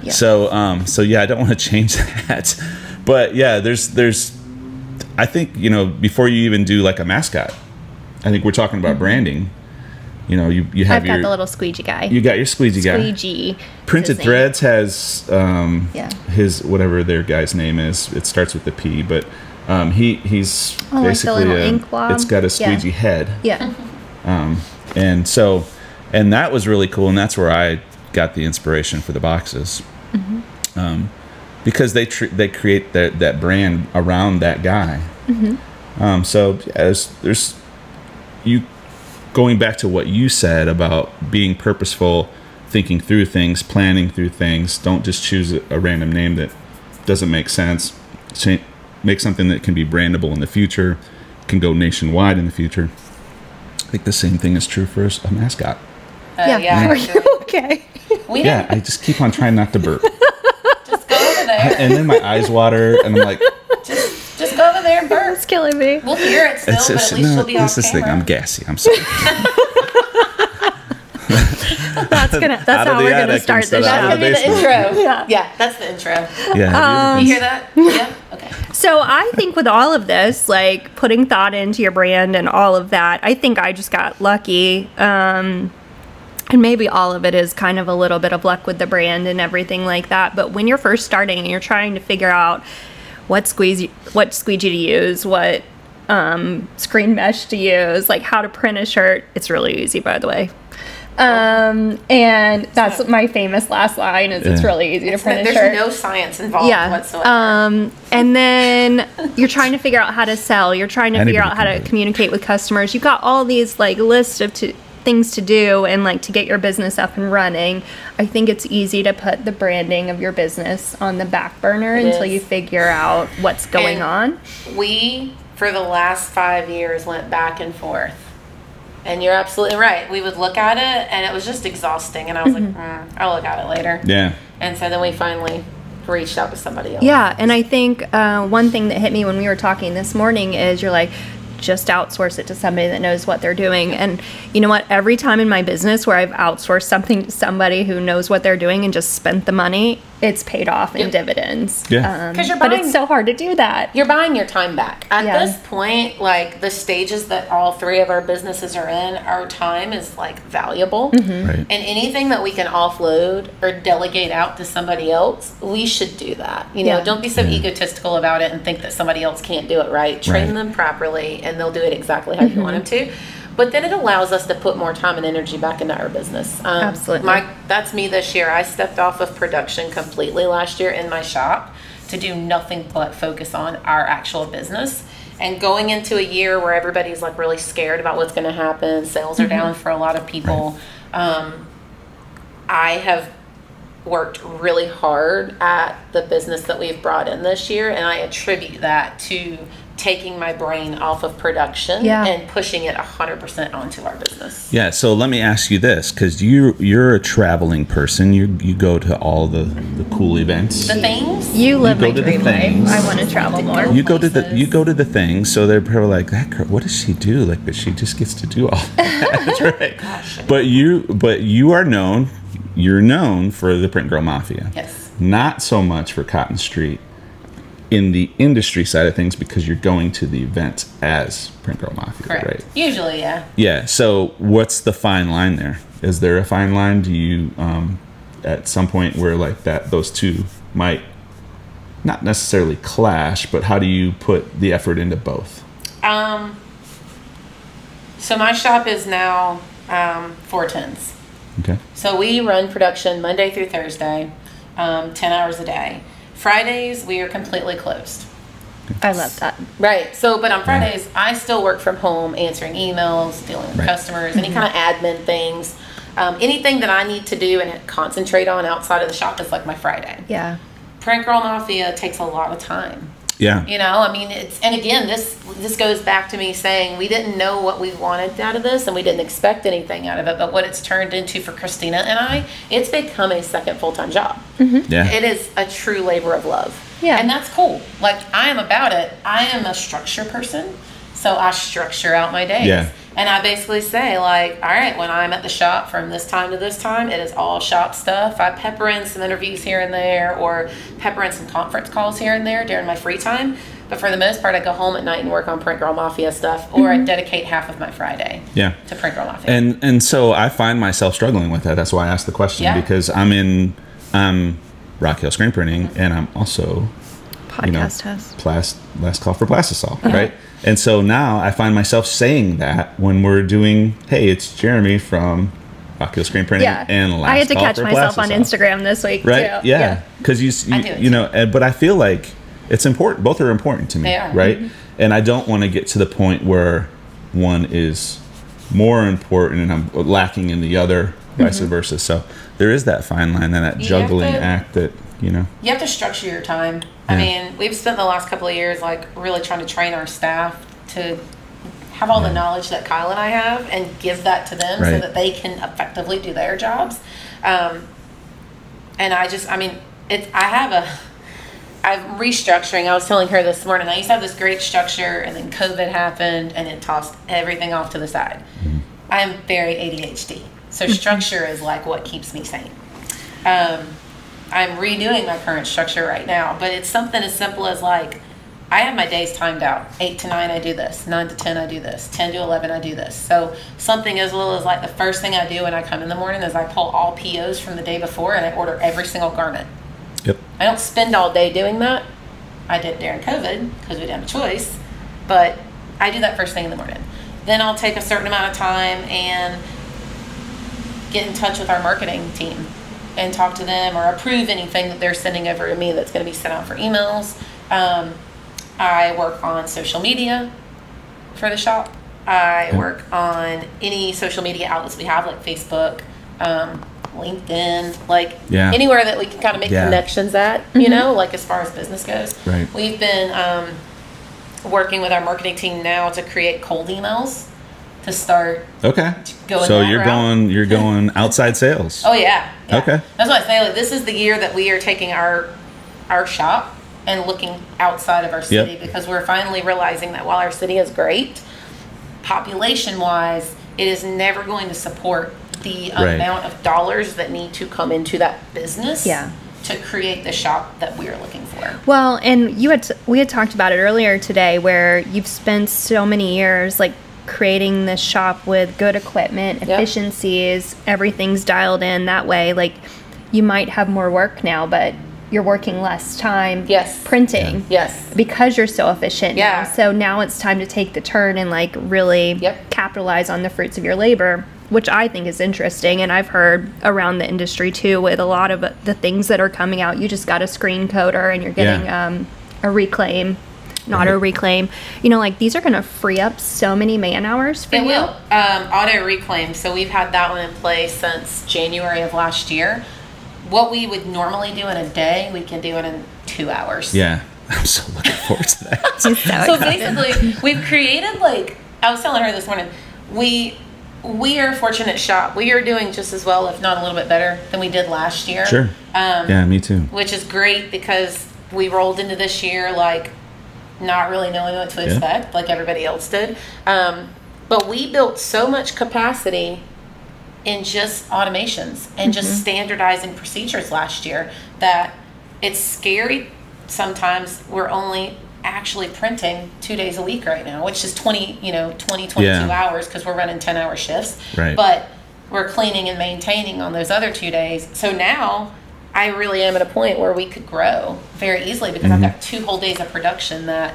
B: Yeah.
A: So um so yeah, I don't want to change that. But yeah, there's there's I think you know before you even do like a mascot, I think we're talking about branding. You know, you you have
B: Mm-hmm. I've
A: your
B: got the little squeegee guy.
A: you got your squeegee, guy.
B: squeegee.
A: Printed Threads has um,
B: Yeah.
A: his whatever their guy's name is. It starts with the P, but um, he he's
B: Oh, like the
A: basically
B: little
A: a-
B: ink blob?
A: it's got
B: Yeah.
A: a squeegee head,
B: Yeah.
A: and so and that was really cool, and that's where I got the inspiration for the boxes, um, because they tr- they create that that brand around that guy. Um, so as there's you going back to what you said about being purposeful, thinking through things, planning through things. Don't just choose a a random name that doesn't make sense. Cha- Make something that can be brandable in the future, can go nationwide in the future. I think the same thing is true for a mascot.
C: Oh,
B: yeah.
C: yeah.
B: Are you okay?
C: We
A: Yeah,
C: didn't
A: I just keep on trying not to burp,
C: just go over there.
A: and then my eyes water, and I'm like,
C: Just go over there and burp.
B: It's killing me.
C: We'll hear it still,
A: it's,
C: but
A: it's,
C: at least
A: no,
C: she'll be on
A: this is the thing.
C: camera.
A: I'm gassy. I'm sorry.
B: That's gonna. That's
A: Out of
B: how
A: the
B: we're gonna
A: attic
B: start
A: instead
B: the
A: of out
B: show.
A: of
C: That's gonna be the
A: basement.
C: intro.
B: Yeah.
C: Yeah. that's the intro.
A: Yeah. have
C: You
A: you
C: hear that? Yeah. Okay.
B: So I think with all of this, like putting thought into your brand and all of that, I think I just got lucky. Um, and maybe all of it is kind of a little bit of luck with the brand and everything like that. But when you're first starting and you're trying to figure out what squeeze, what squeegee to use, what um, screen mesh to use, like how to print a shirt, it's really easy, by the way. Um, and that's my famous last line is it's
A: Yeah.
B: really easy to print a
C: There's
B: shirt.
C: no science involved
B: Yeah.
C: whatsoever.
B: Um, and then you're trying to figure out how to sell. You're trying to
A: Anybody
B: figure out how
A: can
B: to
A: do it.
B: communicate with customers. You've got all these like lists of to, things to do and like to get your business up and running. I think it's easy to put the branding of your business on the back burner
C: It
B: until
C: is.
B: you figure out what's going
C: And-
B: on.
C: we, for the last five years, went back and forth. And you're absolutely right. We would look at it, and it was just exhausting. And I was
B: Mm-hmm.
C: like, mm, I'll look at it later.
A: Yeah.
C: And so then we finally reached out to somebody else.
B: Yeah, and I think uh, one thing that hit me when we were talking this morning is you're like, just outsource it to somebody that knows what they're doing. And you know what? Every time in my business where I've outsourced something to somebody who knows what they're doing and just spent the money, it's paid off in
C: Yep.
B: dividends.
A: Yeah.
B: Um,
C: 'Cause you're
B: but it's
C: buying-
B: so hard to do that.
C: You're buying your time back. At
B: Yeah.
C: this point, like the stages that all three of our businesses are in, our time is like valuable.
B: Mm-hmm.
A: Right.
C: And anything that we can offload or delegate out to somebody else, we should do that. You know,
B: Yeah.
C: don't be so egotistical about it and think that somebody else can't do it right. Train
A: Right.
C: them properly and they'll do it exactly how you want
B: Mm-hmm.
C: them to. But then it allows us to put more time and energy back into our business. Um,
B: Absolutely.
C: My, that's me this year. I stepped off of production completely last year in my shop to do nothing but focus on our actual business. And going into a year where everybody's like really scared about what's going to happen, sales
B: Mm-hmm.
C: are down for a lot of people. Um, I have worked really hard at the business that we've brought in this year, and I attribute that to taking my brain off of production
B: Yeah.
C: and pushing it 100% onto our business.
A: Yeah, so let me ask you this cuz you you're a traveling person. You you go to all the the cool events.
C: The things
B: You live
A: go
B: my
A: to the
B: dream life.
A: things.
B: I want to travel more.
A: you go to the
C: places.
A: you go to the things, so they're probably like that girl. What does she do? Like that she just gets to do all that, right? But you but you are known. You're known for the Print Girl Mafia.
C: Yes.
A: Not so much for Cotton Street in the industry side of things because you're going to the event as Print Girl Mafia,
C: Correct.
A: right?
C: Usually, yeah.
A: Yeah. So what's the fine line there? Is there a fine line? Do you um, at some point where like that those two might not necessarily clash, but how do you put the effort into both?
C: Um, so my shop is now um, four tens.
A: Okay.
C: So we run production Monday through Thursday, um, ten hours a day. Fridays we are completely closed.
B: I love that.
C: Right. So, but on Fridays, I still work from home, answering emails, dealing with
A: Right.
C: customers, any kind of admin things. Um, anything that I need to do and concentrate on outside of the shop is like my Friday.
B: Yeah.
C: Prank Girl Mafia takes a lot of time.
A: Yeah.
C: You know, I mean, it's and again, this this goes back to me saying we didn't know what we wanted out of this, and we didn't expect anything out of it. But what it's turned into for Christina and I, it's become a second full time job.
A: Yeah.
C: It is a true labor of love.
B: Yeah.
C: and that's cool. Like I am about it. I am a structure person, so I structure out my days.
A: Yeah.
C: And I basically say, like, all right, when I'm at the shop from this time to this time, it is all shop stuff. I pepper in some interviews here and there, or pepper in some conference calls here and there during my free time. But for the most part, I go home at night and work on Print Girl Mafia stuff, or I dedicate half of my Friday
A: Yeah.
C: to Print Girl Mafia.
A: and and so I find myself struggling with that. That's why I asked the question
C: Yeah.
A: because I'm in um, Rock Hill Screen Printing, and I'm also
B: Podcast
A: you know
B: host.
A: plast, last call for plastisol,
B: Uh-huh.
A: right? And so now I find myself saying that when we're doing, hey, it's Jeremy from Rock Hill Screen Printing,
B: Yeah.
A: and last
B: I had to
A: call
B: catch
A: for
B: myself on
A: Plastisol,
B: Instagram this week
A: right?
B: too.
A: Yeah, because you, s-
C: I
A: you,
C: do it
A: you know, and- but I feel like it's important. Both are important to me,
C: They are.
A: right?
B: Mm-hmm.
A: And I don't want to get to the point where one is more important and I'm lacking in the other, vice
B: Mm-hmm.
A: versa. So there is that fine line and that
C: You have
A: juggling
C: to-
A: act that you know.
C: you have to structure your time. I
A: Yeah.
C: mean, we've spent the last couple of years like really trying to train our staff to have all the knowledge that Kyle and I have and give that to them so
A: Right.
C: that they can effectively do their jobs. Um, and I just, I mean, it's I have a I'm restructuring. I was telling her this morning. I used to have this great structure, and then COVID happened, and it tossed everything off to the side.
A: Mm-hmm.
C: I am very ADHD, so structure is like what keeps me sane. Um, I'm redoing my current structure right now, but it's something as simple as like I have my days timed out. Eight to nine, I do this. Nine to ten, I do this. Ten to eleven, I do this. So something as little as like the first thing I do when I come in the morning is I pull all POs from the day before and I order every single garment.
A: Yep.
C: I don't spend all day doing that. I did during COVID because we didn't have a choice, but I do that first thing in the morning. Then I'll take a certain amount of time and get in touch with our marketing team and talk to them or approve anything that they're sending over to me that's going to be sent out for emails. Um, I work on social media for the shop. I work on any social media outlets we have, like Facebook, um, LinkedIn, like
A: Yeah.
C: anywhere that we can kind of make
A: Yeah.
C: connections at, you know, like as far as business goes.
A: Right.
C: We've been um, working with our marketing team now to create cold emails to start
A: Okay.
C: Going
A: so
C: that
A: you're
C: route.
A: going you're going outside sales.
C: Oh yeah. yeah.
A: Okay.
C: That's why I say like this is the year that we are taking our our shop and looking outside of our city
A: Yep.
C: because we're finally realizing that while our city is great, population wise, it is never going to support the
A: Right.
C: amount of dollars that need to come into that business
B: Yeah.
C: to create the shop that we are looking for.
B: Well, and you had we had talked about it earlier today, where you've spent so many years like creating this shop with good equipment, efficiencies, everything's dialed in that way. Like you might have more work now, but you're working less time.
C: Yes.
B: printing.
C: Yes.
B: Because you're so efficient. now.
C: Yeah.
B: So now it's time to take the turn and like really
C: Yep.
B: capitalize on the fruits of your labor, which I think is interesting. And I've heard around the industry too with a lot of the things that are coming out. You just got a screen coder and you're getting
A: Yeah.
B: um, a reclaim, not a
A: Right.
B: reclaim. You know, like these are going to free up so many man hours for
C: It
B: you.
C: will. Um, auto reclaim. So we've had that one in place since January of last year. What we would normally do in a day, we can do it in two hours.
A: Yeah. I'm so looking forward to that.
B: He's so
C: so
B: excited.
C: basically we've created like i was telling her this morning we we are a fortunate shop we are doing just as well if not a little bit better than we did last year
A: Sure.
C: um,
A: yeah, me too.
C: which is great because we rolled into this year like not really knowing what to
A: Yeah.
C: expect like everybody else did um, but we built so much capacity in just automations
A: Mm-hmm.
C: and just standardizing procedures last year that it's scary sometimes we're only actually printing two days a week right now which is 20 you know 20 22
A: Yeah.
C: hours because we're running 10 hour shifts
A: Right.
C: but we're cleaning and maintaining on those other two days so now i really am at a point where we could grow very easily because i've got
A: Mm-hmm.
C: two whole days of production that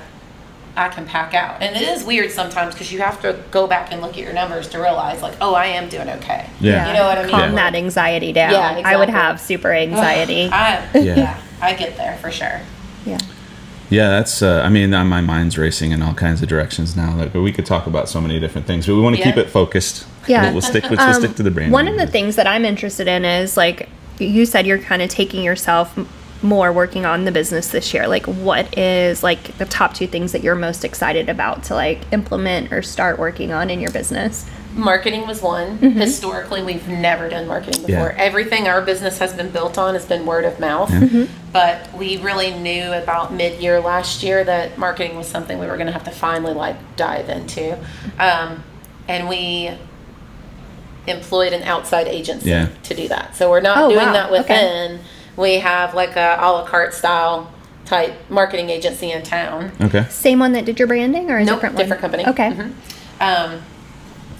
C: I can pack out. And it is weird sometimes because you have to go back and look at your numbers to realize, like, oh, I am doing okay.
A: Yeah.
C: You know what I mean?
B: Calm
A: Yeah.
B: that anxiety down.
C: Yeah,
B: I would
C: exactly. Uh,
B: have super anxiety.
C: I,
A: Yeah.
C: yeah. I get there for sure.
B: yeah.
A: Yeah, that's. Uh, I mean, uh, my mind's racing in all kinds of directions now. Like we could talk about so many different things, but we want to keep
C: Yeah.
A: it focused.
B: Yeah.
A: we'll, we'll stick. With, we'll
B: Um,
A: stick to the brand.
B: One of the things that I'm interested in is like you said, you're kind of taking yourself m- more working on the business this year? Like, what is like the top two things that you're most excited about to like implement or start working on in your business?
C: Marketing was one. Historically, we've never done marketing before.
A: Yeah.
C: Everything our business has been built on has been word of mouth.
B: mm-hmm.
C: But we really knew about mid year last year that marketing was something we were going to have to finally like dive into. Um, and we employed an outside agency
A: Yeah.
C: to do that. So we're not
B: Oh,
C: doing
B: wow.
C: that
B: Okay.
C: within. We have like a a la carte style type marketing agency in town.
A: Okay.
B: Same one that did your branding or a
C: Nope,
B: different one?
C: different company.
B: Okay.
C: Mhm. Um,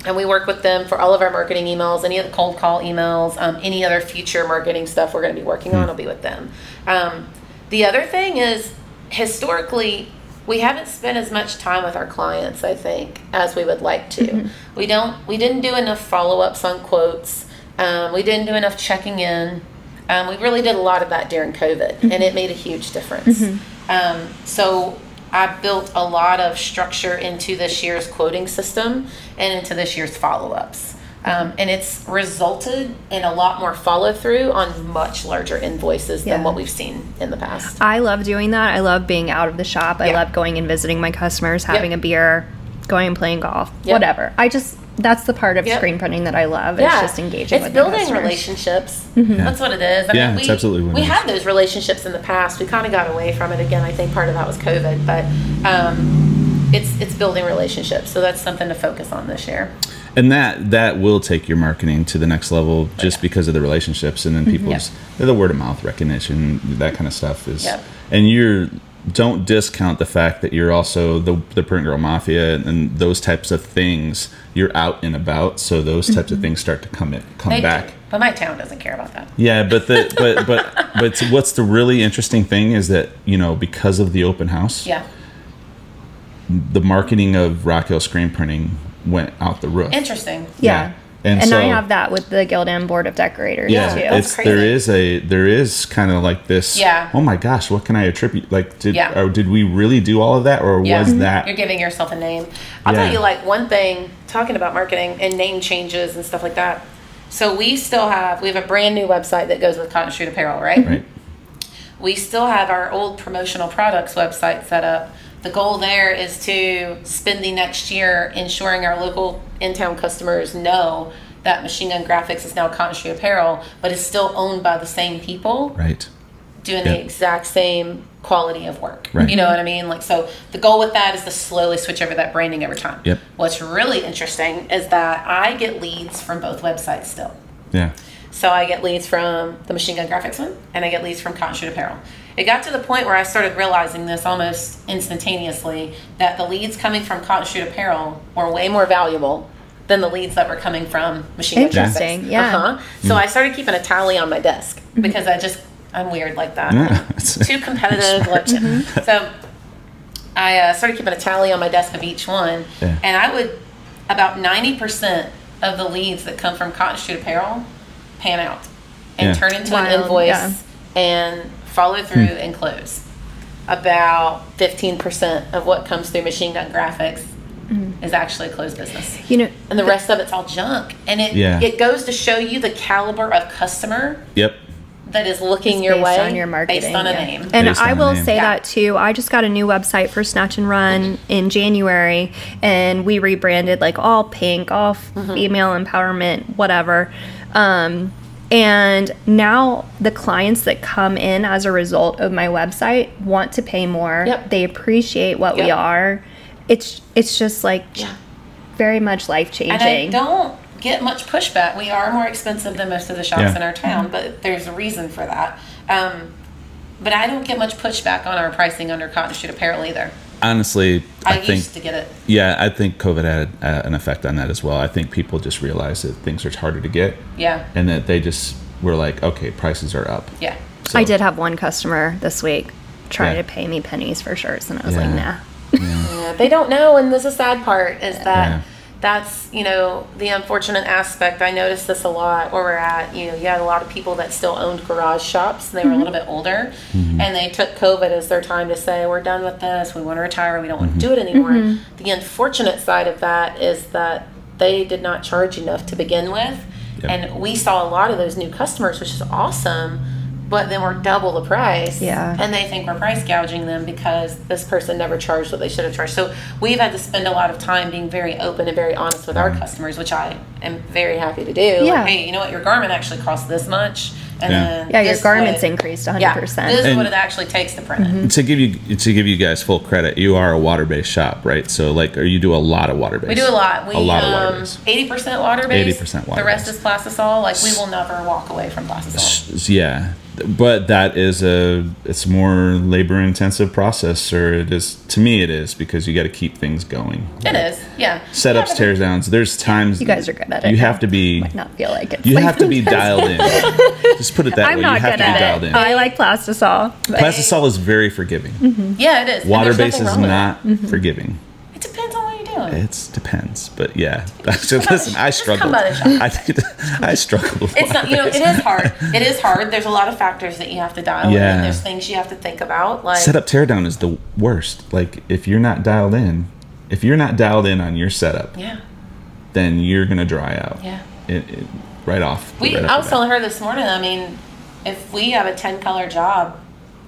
C: and we work with them for all of our marketing emails, any of the cold call emails, um, any other future marketing stuff we're going to be working on will be with them. Um, the other thing is, historically, we haven't spent as much time with our clients, I think, as we would like to. We don't. We didn't do enough follow ups on quotes. Um, we didn't do enough checking in. Um, we really did a lot of that during COVID, and it made a huge difference. Um, so I built a lot of structure into this year's quoting system and into this year's follow ups. Um, and it's resulted in a lot more follow through on much larger invoices
B: Yeah. Ah,
C: than what we've seen in the past.
B: I love doing that. I love being out of the shop. I
C: Yeah.
B: love going and visiting my customers, having
C: Yep.
B: a beer, going and playing golf,
C: Yep.
B: whatever. I just that's the part of
C: Yep.
B: screen printing that I love. It's just engaging.
C: It's
B: with my
C: building
B: customers. Mm-hmm.
C: relationships. That's what it is. I
A: Yeah,
C: mean, we,
A: it's absolutely what
C: we
A: it is.
C: had those relationships in the past. We kind of got away from it again. I think part of that was COVID, but um, it's it's building relationships. So that's something to focus on this year.
A: and that that will take your marketing to the next level
C: Oh,
A: just because of the relationships and then
C: Mm-hmm.
A: people's the word of mouth recognition that kind of stuff is
C: Yep.
A: and you're don't discount the fact that you're also the, the print girl mafia and, and those types of things you're out and about so those types of things start to come in, come
C: Mm-hmm. They do.
A: back
C: But my town doesn't care about that.
A: yeah, but the but but but what's the really interesting thing is that you know because of the open house,
C: Yeah.
A: the marketing of Rock Hill Screen Printing went out the roof.
C: Interesting.
B: Yeah.
A: Yeah. And
B: And, I
A: so-
B: have that with the Guild and Board of Decorators
A: yeah,
B: too.
A: it's
C: crazy.
A: there is a there is kind of like this.
C: Yeah.
A: Oh my gosh, what can I attribute? Like, did
C: Yeah.
A: or did we really do all of that, or
C: Yeah. Mm-hmm.
A: was that?
C: You're giving yourself a name. I'll
A: Yeah.
C: tell you like one thing talking about marketing and name changes and stuff like that. So we still have we have a brand new website that goes with Cotton Street Apparel, right?
A: right.
C: We still have our old promotional products website set up. The goal there is to spend the next year ensuring our local in-town customers know that Machine Gun Graphics is now Cotton Street Apparel, but is still owned by the same people
A: Right.
C: doing
A: Yeah.
C: the exact same quality of work.
A: Right.
C: You know what I mean? Like so the goal with that is to slowly switch over that branding over time.
A: Yep.
C: What's really interesting is that I get leads from both websites still.
A: Yeah.
C: So I get leads from the Machine Gun Graphics one, and I get leads from Cotton Shoot Apparel. It got to the point where I started realizing this almost instantaneously that the leads coming from Cotton Shoot Apparel were way more valuable than the leads that were coming from Machine Gun
B: Interesting,
C: Graphics.
B: yeah. Mm-hmm.
C: Uh-huh. So I started keeping a tally on my desk because I just I'm weird like that
A: Yeah.
C: too competitive. like-
B: Mm-hmm.
C: So I uh, started keeping a tally on my desk of each one,
A: Yeah.
C: and I would about ninety percent of the leads that come from Cotton Street Apparel pan out and
A: Yeah.
C: turn into an
B: Wild,
C: invoice
B: yeah.
C: and follow through
A: Hmm.
C: and close. About fifteen percent of what comes through Machine Gun Graphics
B: Mm-hmm.
C: is actually closed business
B: you know,
C: and the rest of it's all junk. And it
A: Yeah.
C: it goes to show you the caliber of customer
A: Yep.
C: that is looking
B: It's
C: your
B: based
C: way
B: on your marketing,
C: based on a
B: yeah.
C: name.
B: And
A: Based
B: I
A: on
B: will
A: the name.
B: say
C: Yeah.
B: that too. I just got a new website for Snatch and Run in January, and we rebranded like all pink, all
C: Mm-hmm.
B: female empowerment, whatever. Um, and now the clients that come in as a result of my website want to pay more.
C: Yep.
B: They appreciate what we
C: Yep.
B: are. It's it's just like very much life
C: and I
B: changing.
C: don't get much pushback. We are more expensive than most of the shops
A: Yeah.
C: in our town, but there's a reason for that. Um, but I don't get much pushback on our pricing under Cotton Street Apparel either.
A: Honestly, I,
C: I,
A: think
C: used to get it.
A: yeah, I think COVID had uh, an effect on that as well. I think people just realized that things are harder to get,
C: Yeah.
A: and that they just were like, okay, prices are up.
C: Yeah.
A: So-
B: I did have one customer this week try
A: Yeah.
B: to pay me pennies for shirts, and I was
A: Yeah.
B: like, nah.
C: Yeah, they don't know, and this is the sad part is that
A: Yeah.
C: that's you know the unfortunate aspect. I notice this a lot where we're at. You know, you had a lot of people that still owned garage shops, and they were a little bit older,
A: Mm-hmm.
C: and they took COVID as their time to say, "We're done with this. We want to retire. We don't
A: Mm-hmm.
C: want to do it anymore." The unfortunate side of that is that they did not charge enough to begin with,
A: Yeah.
C: and we saw a lot of those new customers, which is awesome. but then we're double the price.
D: Yeah.
C: And they think we're price gouging them because this person never charged what they should have charged. So we've had to spend a lot of time being very open and very honest with
A: Mm.
C: our customers, which I am very happy to do.
D: Yeah.
C: Like, hey, you know what? Your garment actually costs this much. And
A: Yeah.
C: then
B: Yeah, your
C: this is what
B: garments
C: it-
B: increased Mm-hmm. 100%.
C: Yeah, this is
A: And-
C: what it actually takes to print. it.
A: to give you to give you guys full credit, you are a water based shop, right? So like, or you do a lot of water based.
C: We do a lot. We
A: a lot of water
C: um,
A: based.
C: 80% water based.
A: 80%
C: The rest
A: water-based.
C: is plastisol. Like we will never walk away from plastisol.
A: Yeah, but that is a it's more labor intensive process, or it is to me it is because you got to keep things going.
C: It is. Yeah.
A: Setups, tear downs. There's times
B: You guys are good at it.
A: You have to be.
B: Might not feel like it.
A: You have to be dialed in. Just put it that
B: I'm
A: way.
B: not
A: you have to
B: good
A: be
B: at
A: dialed
B: it.
A: in.
B: I like Plastisol. but-
A: Plastisol is very forgiving.
C: Yeah, it is. Mm-hmm. And
A: Water
C: there's
A: based
C: nothing
A: is
C: wrong with Mm-hmm.
A: not forgiving.
C: It. it depends on what you're doing.
A: It depends, but yeah. Listen, I
C: just come
A: struggled.
C: by the shop.
A: I did. I struggled. with
C: It's not, you know, it
A: water-based.
C: is hard. It is hard. There's a lot of factors that you have to dial
A: Yeah.
C: in. There's things you have to think about. Like,
A: setup teardown is the worst. Like if you're not dialed in, if you're not dialed in on your setup,
C: yeah.
A: then you're gonna dry out.
C: Yeah.
A: It, it, right off.
C: We,
A: right off
C: I
A: the
C: was
A: bat.
C: telling her this morning. I mean, if we have a ten color job,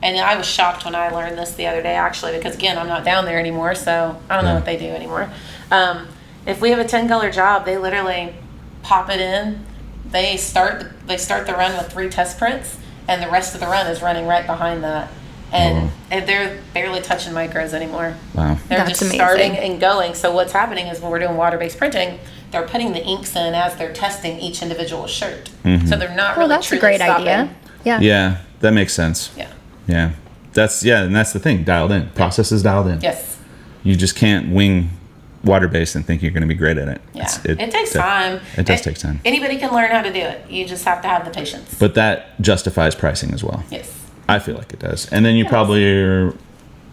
C: and I was shocked when I learned this the other day, actually, because again, I'm not down there anymore, so I don't know
A: Yeah.
C: what they do anymore. Um, if we have a ten color job, they literally pop it in. They start the, they start the run with three test prints, and the rest of the run is running right behind that,
A: Oh,
C: and and they're barely touching micros anymore.
A: Wow.
C: They're
B: That's
C: just
B: amazing.
C: starting and going. So what's happening is when we're doing water-based printing, they're putting the inks in as they're testing each individual shirt.
A: Mm-hmm.
C: So they're not
B: Well,
C: really
B: Oh, that's a
C: truly
B: great
C: stopping.
B: idea. Yeah.
A: Yeah, that makes sense.
C: Yeah.
A: Yeah. That's yeah, and that's the thing. Dialed in. Process is dialed in.
C: Yes.
A: You just can't wing water based and think you're gonna be great at it.
C: Yeah.
A: It's-
C: It, takes
A: that-
C: time.
A: It does take time.
C: Anybody can learn how to do it. You just have to have the patience.
A: But that justifies pricing as well.
C: Yes.
A: I feel like it does. And then you probably are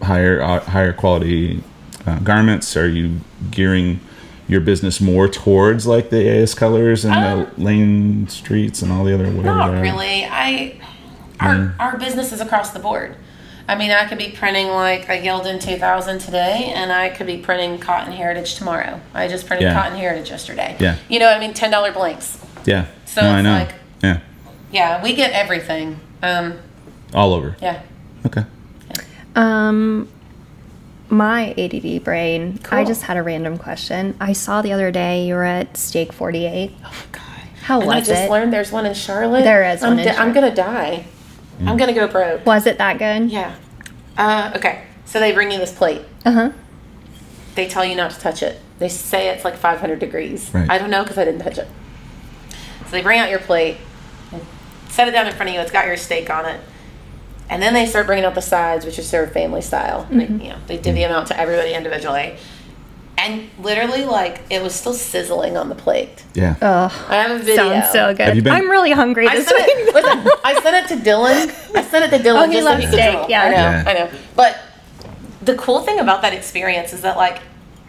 A: higher uh, higher quality uh, garments. Are you gearing your business more towards like the AS colors and
C: Um,
A: the lane streets and all the other whatever? they
C: Not
A: are?
C: really. I our
A: Mm-hmm.
C: our business is across the board. I mean, I could be printing like a Gildan 2000 today, and I could be printing Cotton Heritage tomorrow. I just printed
A: Yeah.
C: Cotton Heritage yesterday.
A: Yeah.
C: You know what I mean? Ten dollar blanks.
A: Yeah.
C: So
A: no, I
C: it's
A: know.
C: like-
A: yeah.
C: Yeah, we get everything. Um,
A: All over.
C: yeah.
A: Okay.
B: Um, my ADD brain. I
C: Cool.
B: just had a random question. I saw the other day you were at Steak 48.
C: Oh my god.
B: How
C: And I
B: was
C: just
B: it?
C: learned there's one in Charlotte.
B: There is
C: I'm
B: one in
C: di- I'm gonna die. I'm gonna go broke.
B: Was it that good?
C: Yeah. Uh, okay. So they bring you this plate.
B: Uh huh.
C: They tell you not to touch it. They say it's like 500 degrees.
A: Right.
C: I don't know because I didn't touch it. So they bring out your plate, set it down in front of you. It's got your steak on it. And then they start bringing out the sides, which is served family style.
B: Mm-hmm.
C: They, you know, they divvy them out to everybody individually. And literally, like, it was still sizzling on the plate.
A: Yeah.
B: Oh,
C: I have a video.
B: sounds so good.
A: Have you been-
B: I'm really hungry
C: I
B: this
C: sent, it,
B: week.
C: listen, I sent it to Dylan. I sent it to Dylan.
B: Oh, he
C: just
B: loves
C: so he could
B: steak,
C: draw.
B: yeah.
C: I know.
A: Yeah.
C: I know. But the cool thing about that experience is that like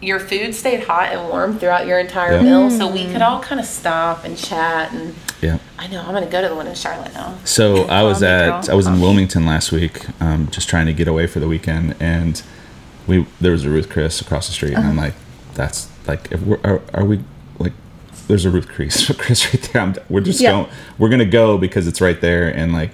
C: your food stayed hot and warm throughout your entire
A: Yeah.
C: meal, so
B: Mm.
C: we could all kind of stop and chat. And
A: yeah.
C: I know I'm gonna go to the one in Charlotte now.
A: So I was
B: me,
A: at
B: girl.
A: I was in Wilmington last week, um, just trying to get away for the weekend, and we there was a Ruth Chris across the street, and I'm like, that's like, if we're, are, are we like, there's a Ruth Chris Chris right there. I'm, we're just
B: Yeah.
A: going, we're gonna go because it's right there, and like,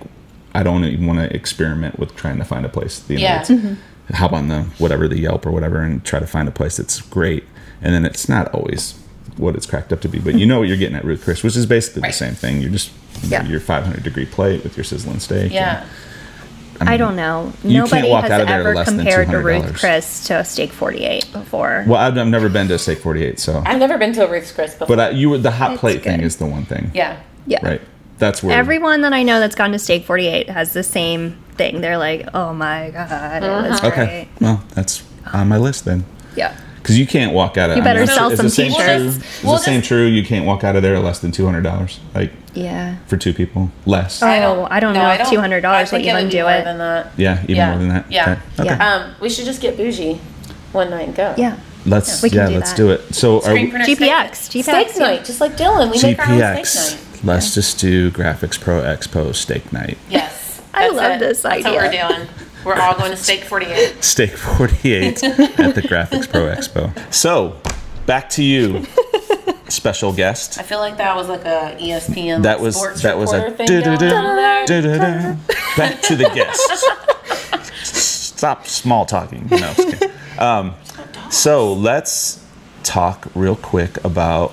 A: I don't even want to experiment with trying to find a place. at The end
C: Yeah.
A: of it. hop on the whatever the Yelp or whatever, and try to find a place that's great, and then it's not always what it's cracked up to be, but you know what you're getting at Ruth Chris, which is basically
C: Right.
A: the same thing. You're just
B: Yeah.
A: your 500 degree plate with your sizzling steak.
C: Yeah.
B: I don't know.
A: You can't
B: Nobody
A: walk
B: has
A: out of there
B: ever
A: less than
B: compared to
A: $200.
B: Ruth Chris to a Steak 48 before.
A: Well, I've, I've never been to Steak 48, so.
C: I've never been to a Ruth's Chris before.
A: but I, you, the hot
B: It's
A: plate thing
B: good.
A: is the one thing.
C: yeah.
B: yeah.
A: Right. That's where.
B: Everyone that I know that's gone to Steak 48 has the same thing. They're like, oh my God, it was
A: Uh-huh. Okay.
B: great.
A: Well, that's on my list then.
B: Yeah.
A: Because you can't walk out of.
B: You better
A: it's-
B: sell
A: it's
B: some
A: the same
B: t-shirts.
A: true-
B: We'll
A: Is
C: just-
A: the
C: we'll
A: same
C: just-
A: true? You can't walk out of there less than $200, like
B: Yeah.
A: for two people. Less.
C: Oh.
B: I don't, I don't
C: no,
B: know
C: I
B: if
C: don't-
B: $200
C: I
B: would
C: think it
B: even
C: be
B: do
C: more
B: it.
C: than that.
A: Yeah, even more than that.
C: Yeah.
A: Okay. okay.
B: Yeah.
C: Um, we should just get bougie one night and go.
B: yeah.
A: Let's,
B: we can
A: yeah,
B: do
A: let's
B: that.
A: do it. So, are
C: Screen
A: we,
C: printer steak-
B: GPX, GPX.
C: Steak night, just like Dylan. We make our own steak night.
A: GPX. Let's just do Graphics Pro Expo Steak Night.
C: Yes.
B: I
C: that's
B: love
C: it.
B: this
C: That's what
B: idea.
C: we're doing. We're all going to Steak 48.
A: Steak 48 at the Graphics Pro Expo. So, back to you. special guest.
C: I feel like that was like a E ESPN.
A: That was
C: sports
A: that was a
C: reporter thing
A: do do
C: going on there.
A: do back to the guest. Stop small talking. No, I'm just kidding. Um, so let's talk real quick about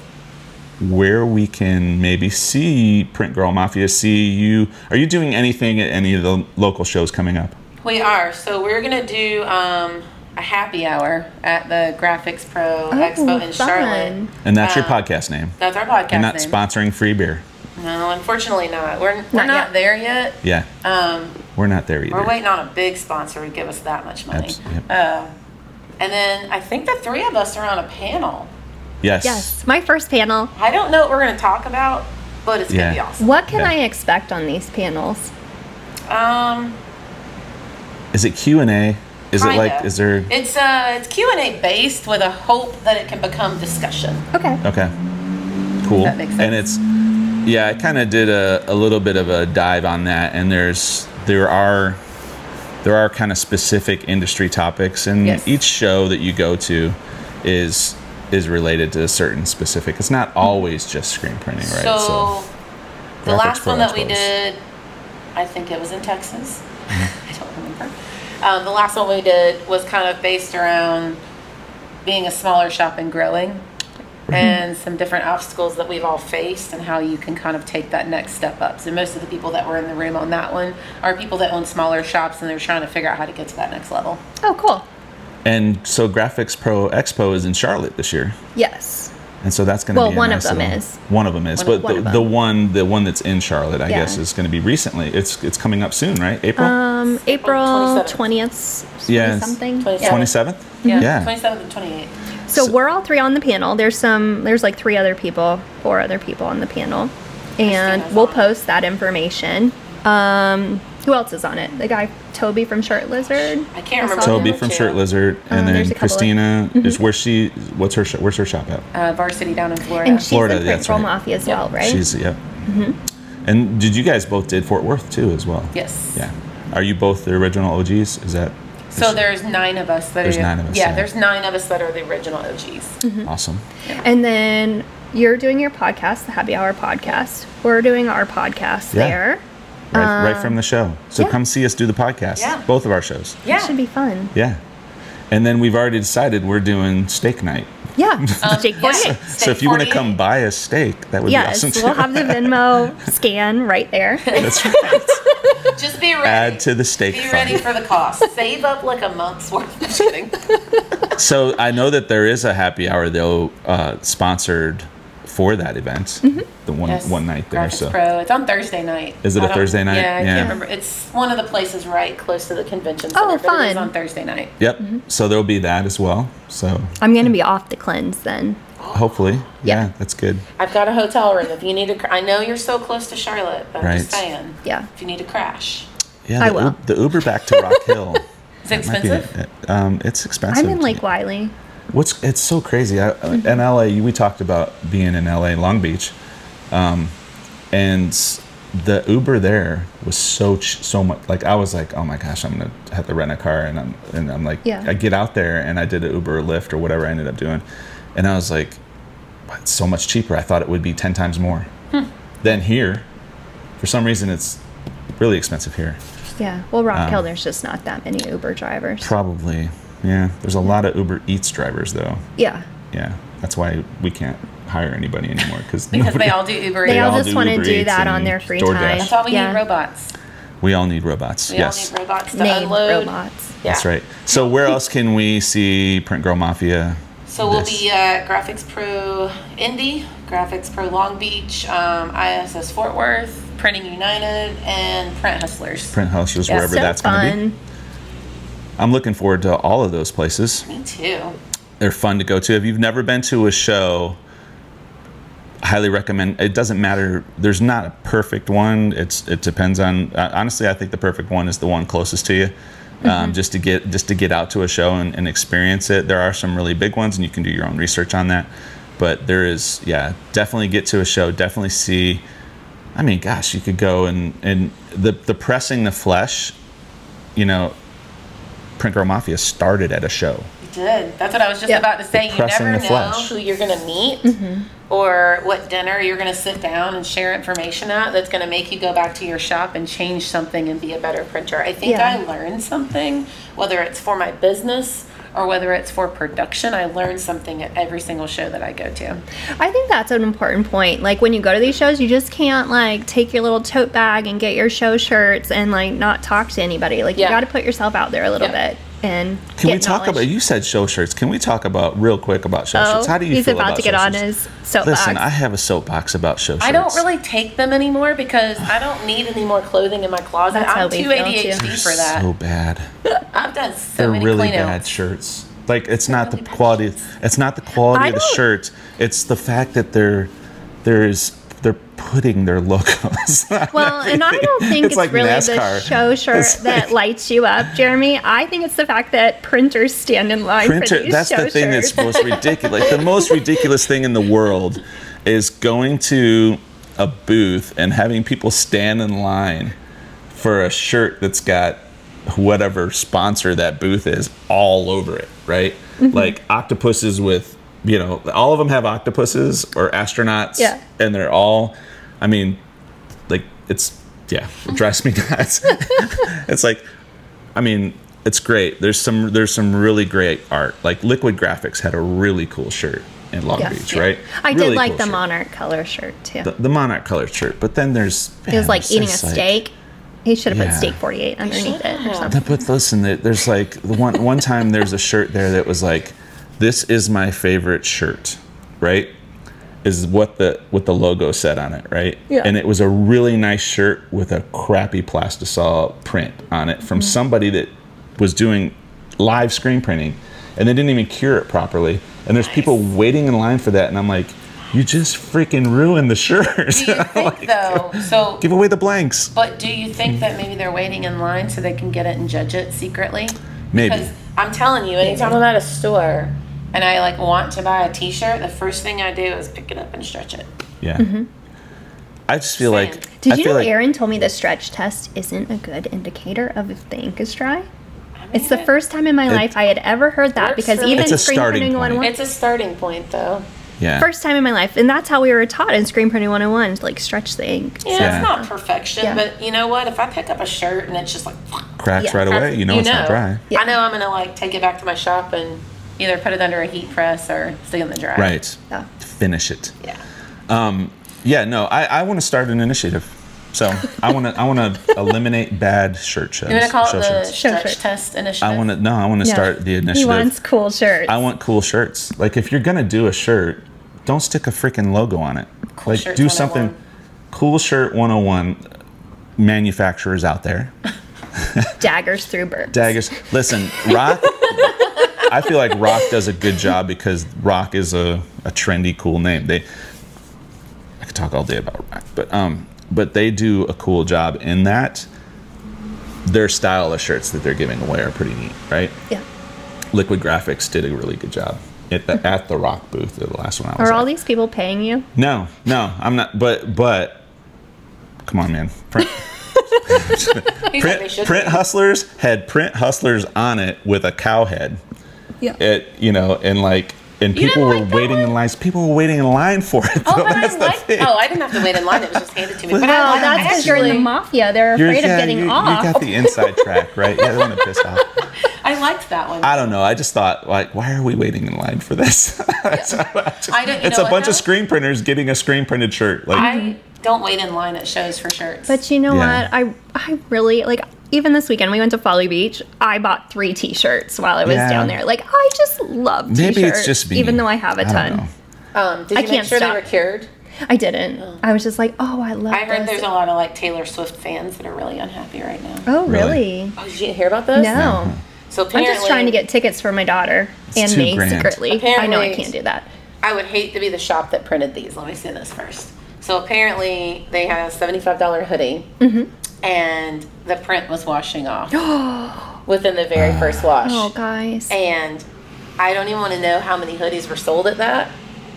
A: where we can maybe see Print Girl Mafia. See you. Are you doing anything at any of the local shows coming up?
C: We are. So we're gonna do um, a happy hour at the Graphics Pro Expo in Charlotte.
B: Oh, fun.
A: And that's your
C: Um,
A: podcast name.
C: That's our podcast.
A: You're not
C: name.
A: sponsoring free beer.
C: No, unfortunately not. We're we're
B: Not
C: not,
B: yet.
C: there yet.
A: Yeah,
C: Um,
A: we're not there either.
C: we're waiting on a big sponsor to give us that much money.
A: Abs- yep.
C: Uh, and then I think the three of us are on a panel.
A: Yes.
B: Yes, my first panel.
C: I don't know what we're gonna talk about, but it's
A: Yeah.
C: gonna be awesome.
B: What can
A: Yeah.
B: I expect on these panels?
C: Um,
A: Is it Q and A? Is it
C: kinda.
A: like? Is there?
C: It's uh, it's Q and A based with a hope that it can become discussion.
B: Okay.
A: Okay. Cool.
C: That makes
A: And it's yeah, I kind of did a, a little bit of a dive on that and there's there are there are kind of specific industry topics and
C: Yes.
A: each show that you go to is is related to a certain specific. It's not always just screen printing, right?
C: So, the
A: graphics
C: last
A: pro
C: one that we
A: expos.
C: did, I think it was in Texas. I don't remember. Um, the last one we did was kind of based around being a smaller shop and growing,
A: Mm-hmm.
C: and some different obstacles that we've all faced, and how you can kind of take that next step up. So most of the people that were in the room on that one are people that own smaller shops, and they're trying to figure out how to get to that next level.
B: Oh, cool.
A: and so Graphics Pro Expo is in Charlotte this year.
B: Yes.
A: And so that's going to
B: Well,
A: be a
B: one of
A: nice
B: them
A: little-
B: is.
A: one of them is,
C: One
A: but
C: of- one
A: the,
C: of them.
A: the one the one that's in Charlotte, I
B: Yeah.
A: guess, is going to be recently. It's it's coming up soon, right? April
C: Oh,
B: Um, April
C: 27th.
B: twentieth,
A: Yeah, it's
B: something.
C: 27th.
A: twenty seventh.
C: twenty seventh and twenty eighth.
B: So
A: So-
B: we're all three on the panel. There's some. There's like three other people, four other people on the panel, and
C: Christina's
B: we'll
C: on it.
B: post that information. Um, who else is on it? The guy Toby from Shirt Lizard.
C: I can't remember.
B: saw
A: Toby
B: him.
A: from
C: too.
A: Shirt Lizard, and
B: Um, there's
A: then
B: a couple of- Mm-hmm.
A: Christina is where she. What's her sh- Where's her shop at?
C: Uh, varsity down in Florida.
B: And she's
A: Florida,
B: in Print
A: that's
B: Girl
A: right.
B: Mafia as well, right? Mm-hmm.
A: She's yep. And did you guys both did Fort Worth too as well?
C: Yes.
A: Yeah. Are you both the original OGs? Is that
C: So there's nine of us that
A: There's
C: are
A: nine of us,
C: yeah,
A: yeah.
C: there's nine of us that are the original
B: Mm-hmm.
C: OGs.
A: awesome?
B: and then you're doing your podcast, the Happy Hour podcast. We're doing our podcast
A: Yeah.
B: there.
A: Right, right from the show. So
B: Um, yeah.
A: come see us do the podcast.
C: Yeah.
A: Both of our shows.
C: Yeah.
B: It should be fun.
A: Yeah. And then we've already decided we're doing steak night.
B: Yeah. Jake
C: Um, yeah.
B: 48.
A: so if you want to come
C: Steak
A: buy a steak, that would
B: Yes,
A: be awesome.
B: we'll
A: too.
B: have the Venmo scan right there.
A: That's right.
C: just be ready.
A: Add to the steak
C: Be
A: fund.
C: ready for the cost. Save up like a month's worth. Just kidding.
A: So I know that there is a happy hour though uh, sponsored for that event,
B: Mm-hmm.
A: the one
C: Yes.
A: one night there.
C: Graphics
A: so
C: Pro. It's on Thursday night.
A: Is it
C: I
A: a
C: don't-
A: Thursday night?
C: Yeah, I
A: Yeah.
C: can't remember. It's one of the places right close to the convention center.
B: Oh,
C: but it is
B: fun.
C: on Thursday night.
A: yep,
B: Mm-hmm.
A: so there'll be that as well. So
B: I'm going to be off the cleanse then.
A: hopefully, yeah,
B: Yeah.
A: that's good.
C: I've got a hotel room. If you need a, cr- I know you're so close to Charlotte, but I'm just
A: Right.
C: saying.
B: Yeah.
C: If you need a crash,
A: Yeah,
B: I
A: the,
B: will.
A: Ub- the Uber back to Rock Hill.
C: is it
A: That might be a-
C: expensive?
A: um, it's expensive.
B: I'm in Lake Wiley.
A: What's it's so crazy. I, In LA, we talked about being in LA, Long Beach, um, and the Uber there was so ch- so much. Like I was like, oh my gosh, I'm gonna have to rent a car, and I'm and I'm like,
B: Yeah.
A: I get out there and I did an Uber or Lyft or whatever I ended up doing, and I was like, "But it's so much cheaper. I thought it would be ten times more than here. For some reason, it's really expensive here.
B: Yeah. Well, Rock Hill,
A: Um,
B: there's just not that many Uber drivers.
A: Probably, yeah. There's a lot of Uber Eats drivers though.
B: Yeah.
A: Yeah, that's why we can't hire anybody anymore cause
C: Because
A: nobody-
C: they all do Uber
B: They
C: Eats.
B: all
A: all
B: just
A: do
B: want to
A: Uber
B: do
A: Eats
B: that on
A: and
B: their free
A: DoorDash.
B: time.
C: That's why we
B: yeah.
C: need robots.
A: we all need robots.
C: We
A: yes,
C: all need robots to
B: Name
C: unload.
B: robots.
C: Yeah.
A: that's right. So where else can we see Print Girl Mafia?
C: So we'll
A: this?
C: be uh, at Graphics Pro Indy, Graphics Pro Long Beach, um, ISS Fort Worth, Printing United, and Print Hustlers.
A: Print Hustlers,
C: Yeah.
A: wherever
B: So
A: that's going to
B: fun.
A: be. I'm looking forward to all of those places.
C: Me too.
A: They're fun to go to. If you've never been to a show, highly recommend. It doesn't matter. There's not a perfect one. It's it depends on. uh, Honestly, I think the perfect one is the one closest to you. Um, just to get just to get out to a show and, and experience it. There are some really big ones, and you can do your own research on that. But there is, yeah, definitely get to a show. Definitely see. I mean, gosh, you could go and and the the pressing the flesh, you know. Print Girl Mafia started at a show.
C: You did. That's what I was just
B: Yeah. Mm-hmm.
C: about to say. You
A: Pressing
C: never know
A: the flesh.
C: who you're going to meet or what dinner you're going to sit down and share information at that's going to make you go back to your shop and change something and be a better printer. I think
B: Yeah.
C: I learned something, whether it's for my business or whether it's for production. I learned something at every single show that I go to.
B: I think that's an important point. Like when you go to these shows, you just can't like take your little tote bag and get your show shirts and like not talk to anybody. Like
C: Yeah.
B: you got to put yourself out there a little
C: Yeah.
B: bit and
A: Can we
B: get
A: talk
B: knowledge.
A: about? You said show shirts. Can we talk about real quick about show
B: Oh,
A: shirts? How do you
B: he's
A: feel
B: about, to
A: show
B: get on
A: shirts?
B: his soapbox.
A: Listen, I have a soapbox about show shirts.
C: I don't really take them anymore because I don't need any more clothing in my closet.
B: That's how
C: I'm
B: we
C: too
B: feel, too.
C: ADHD
A: They're
C: for that.
A: So bad.
C: I've done so
A: They're
C: many
A: really
C: cleanouts.
A: bad shirts. Like it's not the
C: really bad
A: quality. It's not the quality
B: I
A: of the
B: don't-
A: shirt. It's the fact that they're there's they're putting their logos. on
B: well, and I don't think
A: It's
B: it's,
A: like
B: really
A: NASCAR.
B: the show shirt
A: It's
B: that lights you up, Jeremy. I think it's the fact that printers stand in line for
A: printer
B: these
A: that's
B: show
A: the thing
B: shirts.
A: that's most ridiculous like the most ridiculous thing in the world is going to a booth and having people stand in line for a shirt that's got whatever sponsor that booth is all over it right
B: Mm-hmm.
A: like octopuses with you know all of them have octopuses or astronauts
B: Yeah.
A: and they're all i mean like it's yeah it drives me nuts it's like i mean it's great there's some there's some really great art like liquid graphics had a really cool shirt in long
B: Yes.
A: beach right
B: I did
A: Really
B: like
A: cool
B: the
A: shirt.
B: monarch color shirt too.
A: the, the monarch colored shirt but then there's
B: it was
A: man,
B: like
A: it's
B: eating a
A: just like-
B: steak. He should have
A: Yeah.
B: put steak 48 underneath it or
C: have.
B: something.
A: Th- but listen there- there's like the one one time there's a shirt there that was like this is my favorite shirt right is what the what the logo said on it right
B: Yeah.
A: and it was a really nice shirt with a crappy plastisol print on it
C: Mm-hmm.
A: from somebody that was doing live screen printing and they didn't even cure it properly and there's people waiting in line for that and i'm like you just freaking ruined the shirt
C: Do you think though? So,
A: give away the blanks
C: but do you think that maybe they're waiting in line so they can get it and judge it secretly?
A: maybe
C: Because I'm telling you, anytime I'm at a store and I like want to buy a T-shirt, the first thing I do is pick it up and stretch it.
A: yeah i just feel
C: Saying.
A: like
B: Did
A: I
B: you
A: feel
B: know
A: like-
B: Aaron told me the stretch test isn't a good indicator of if the ink is dry?
C: I
B: It's
C: mean,
B: the first time in my life I had ever heard that
C: works
B: because
C: for me.
B: even
C: It's
A: a
B: screen
A: starting
B: printing
A: point.
B: 101
C: It's a starting point, though.
A: yeah
B: first time in my life and that's how we were taught in screen printing 101 to like stretch the ink.
C: Yeah,
A: Yeah.
C: it's not perfection,
B: Yeah.
C: but you know what? If I pick up a shirt and it's just like,
A: cracks
B: Yeah.
A: right away. You know it's not dry.
B: Yeah.
C: I know I'm gonna like take it back to my shop and either put it under a heat press or stick it in the dryer.
A: Right.
B: Yeah.
A: Finish it.
C: Yeah.
A: Yeah. No, I, I want to start an initiative. So I want to I want to eliminate bad shirt shows.
C: You want to call it
A: show
C: the
A: shirts.
C: stretch
B: Show shirt.
C: test initiative?
A: I want to no. I want to
B: Yeah.
A: start the
B: He
A: initiative.
B: wants cool shirts.
A: I want cool shirts. Like if you're gonna do a shirt, don't stick a freaking logo on it. like
C: Shirt
A: do
C: 101.
A: something. Cool shirt 101 manufacturers out there.
B: daggers through burps.
A: daggers. Listen, Rock. I feel like Rock does a good job because Rock is a, a trendy, cool name. They, I could talk all day about Rock, but um, but they do a cool job in that. Their style of shirts that they're giving away are pretty neat, right?
B: yeah.
A: Liquid Graphics did a really good job at the, at the Rock booth, the last one I was
B: Are
A: at.
B: all these people paying you?
A: No, no, I'm not. But but, come on, man. Print,
C: He's like, they
A: print,
C: should
A: print
C: be.
A: hustlers had print hustlers on it with a cow head.
B: Yeah.
A: it you know and like and
C: You
A: people
C: didn't
A: were
C: like that
A: waiting in
C: one?
A: lines people were waiting in line for it
C: Oh,
A: though.
C: but I
A: That's the
C: like.
A: thing.
C: Oh, I didn't have to wait in line. It was just handed to me. But
B: Well,
C: I,
B: that's
C: I
B: because you're in the
C: actually-
B: mafia. They're
A: You're-
B: afraid
A: yeah,
B: of getting
A: you,
B: off.
A: you got the inside track right yeah they want to piss off
C: I liked that one.
A: i don't know i just thought like why are we waiting in line for this So I just-
C: I don't- you
A: it's
C: know
A: a
C: what,
A: bunch
C: though?
A: of screen printers getting a screen printed shirt like
C: I don't wait in line at shows for shirts.
B: But you know
A: Yeah.
B: what? I I really like even this weekend we went to Folly Beach. I bought three T-shirts while I was
A: Yeah.
B: down there. Like I just love T-shirts.
A: maybe it's just me
B: Even though I have a
A: don't
B: ton,
A: know.
C: um, did you
B: I
C: make
B: can't
C: sure
B: stop.
C: they were cured?
B: I, didn't. I was just like, oh, I love.
C: I heard
B: this.
C: there's a lot of like Taylor Swift fans that are really unhappy right now.
B: Oh
A: Really?
B: really?
C: Oh, did you hear about this?
B: No.
C: So
B: I'm
C: apparently,
B: just trying to get tickets for my daughter and
A: two
B: me
A: grand.
B: secretly. I know I
C: Apparently-
B: can't do that.
C: I would hate to be the shop that printed these. Let me see this first. So apparently, they had a seventy-five dollar hoodie,
B: Mm-hmm.
C: and the print was washing off within the very first wash.
B: Oh guys.
C: And I don't even want to know how many hoodies were sold at that.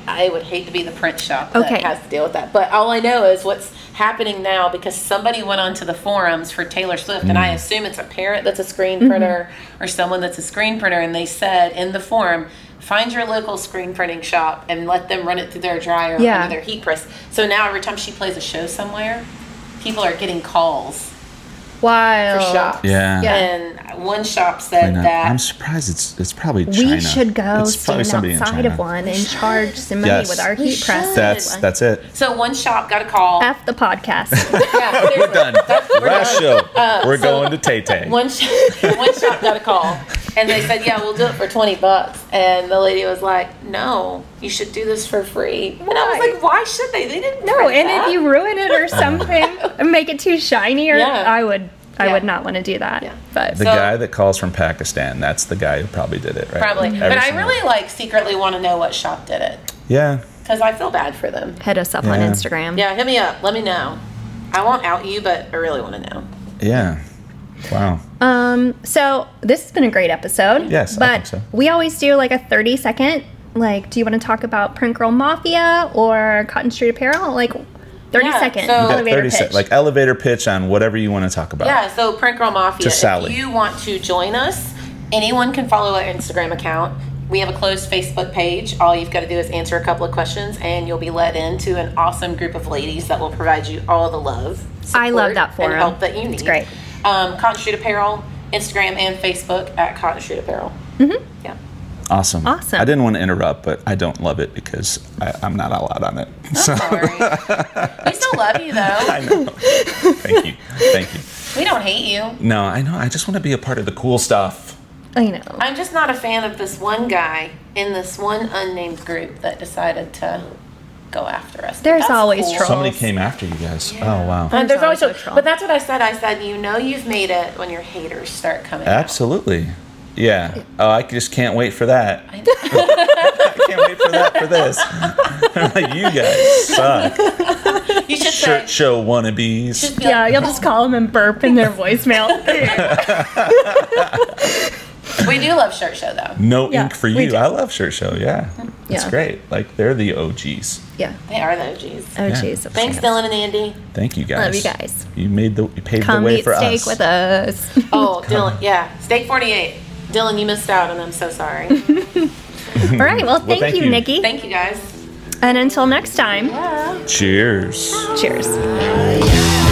C: I would hate to be the print shop that
B: Okay.
C: has to deal with that. But all I know is what's happening now because somebody went onto the forums for Taylor Swift, and
A: Mm.
C: I assume it's a parent that's a screen
B: Mm-hmm.
C: printer or someone that's a screen printer, and they said in the forum, find your local screen printing shop and let them run it through their dryer
B: Yeah.
C: under their heat press. So now every time she plays a show somewhere, people are getting calls for
B: Wild.
C: shops.
A: Yeah.
B: Oh. Yeah.
C: And one shop said that
A: I'm surprised it's it's probably
B: We
A: China.
B: should go
A: It's probably
B: stand
A: somebody in
B: outside of
A: China.
B: one and charge some money
A: Yes.
B: with our heat press.
C: should.
A: That's that's it.
C: so one shop got a call.
B: F the podcast.
C: Yeah, seriously.
A: We're done. Last show.
B: Uh,
A: We're going to Tay Tay.
C: One, sh- one shop got a call, and they said, "Yeah, we'll do it for twenty bucks." And the lady was like, "No, you should do this for free." And I was
B: Why?
C: like, "Why should they? They didn't."
B: no,
C: print
B: and
C: that."
B: if you ruin it or something, and make it too shiny, or
C: Yeah.
B: I would, I
C: Yeah.
B: would not want to do that.
C: Yeah.
B: But
A: the
C: so-
A: guy that calls from Pakistan, that's the guy who probably did it, right?
C: probably,
A: Every
C: but I
A: single-
C: really like secretly want to know what shop did it
A: Yeah.
C: because I feel bad for them.
B: hit us up on
A: Yeah.
B: Instagram.
C: Yeah, hit me up. Let me know. I won't out you, but I really want to know.
A: Yeah. Wow.
B: Um, so this has been a great episode.
A: Yes, I
B: but
A: think so.
B: we always do like a thirty second. Like, do you want to talk about Print Girl Mafia or Cotton Street Apparel? Like, thirty
C: Yeah,
B: second
C: so- You got
A: Got
B: elevator
A: 30
B: pitch.
A: sec- like elevator pitch on whatever you want to talk about.
C: Yeah, so Print Girl Mafia.
A: To Sally.
C: If you want to join us, anyone can follow our Instagram account. We have a closed Facebook page. All you've got to do is answer a couple of questions, and you'll be let into an awesome group of ladies that will provide you all the love.
B: I love
C: support,
B: that forum.
C: And help that you need.
B: It's great.
C: Um, Cotton Street Apparel, Instagram and Facebook at Cotton Street Apparel. Mm-hmm. Yeah.
A: Awesome.
B: Awesome.
A: I didn't want to interrupt, but I don't love it because I, I'm not allowed on it. So
C: Sorry. we still love you, though.
A: I know. Thank you. Thank you.
C: We don't hate you.
A: No, I know. I just want to be a part of the cool stuff.
B: I know.
C: I'm just not a fan of this one guy in this one unnamed group that decided to go after us. But
B: There's
C: that's
B: always trolls.
A: Somebody came after you guys. Oh, wow.
C: Uh, there's
B: There's
C: always
B: always a
C: trolls.
B: troll.
C: But that's what I said. I said, you know, you've made it when your haters start coming. out."
A: Absolutely. Yeah. Oh, I just can't wait for that. I can't wait for that for this. like, you guys suck.
C: You should say.
A: Shirt show wannabes.
C: just be
B: Yeah,
C: like,
B: you'll just call them and burp in their voicemail.
C: we do love shirt show though.
A: No
B: Yeah,
A: ink for
B: we
A: you.
B: do.
A: I love Shirt Show. Yeah. It's
B: Yeah.
A: great. Like, they're the OGs.
B: yeah.
C: They are the OGs.
B: Oh,
A: Yeah.
B: jeez.
C: Thanks, Dylan and Andy.
A: Thank you guys.
B: Love you guys.
A: You made the you paved
B: Come
A: the way
B: eat
A: for
B: steak
A: us.
B: with us.
C: Oh, Dylan. Yeah, Steak 48. Dylan, you missed out, and I'm so sorry.
B: All right. Well, thank,
A: thank
B: you,
A: you.
B: Nikki.
C: Thank you guys.
B: and until next time,
A: Cheers.
B: cheers.
D: Yeah.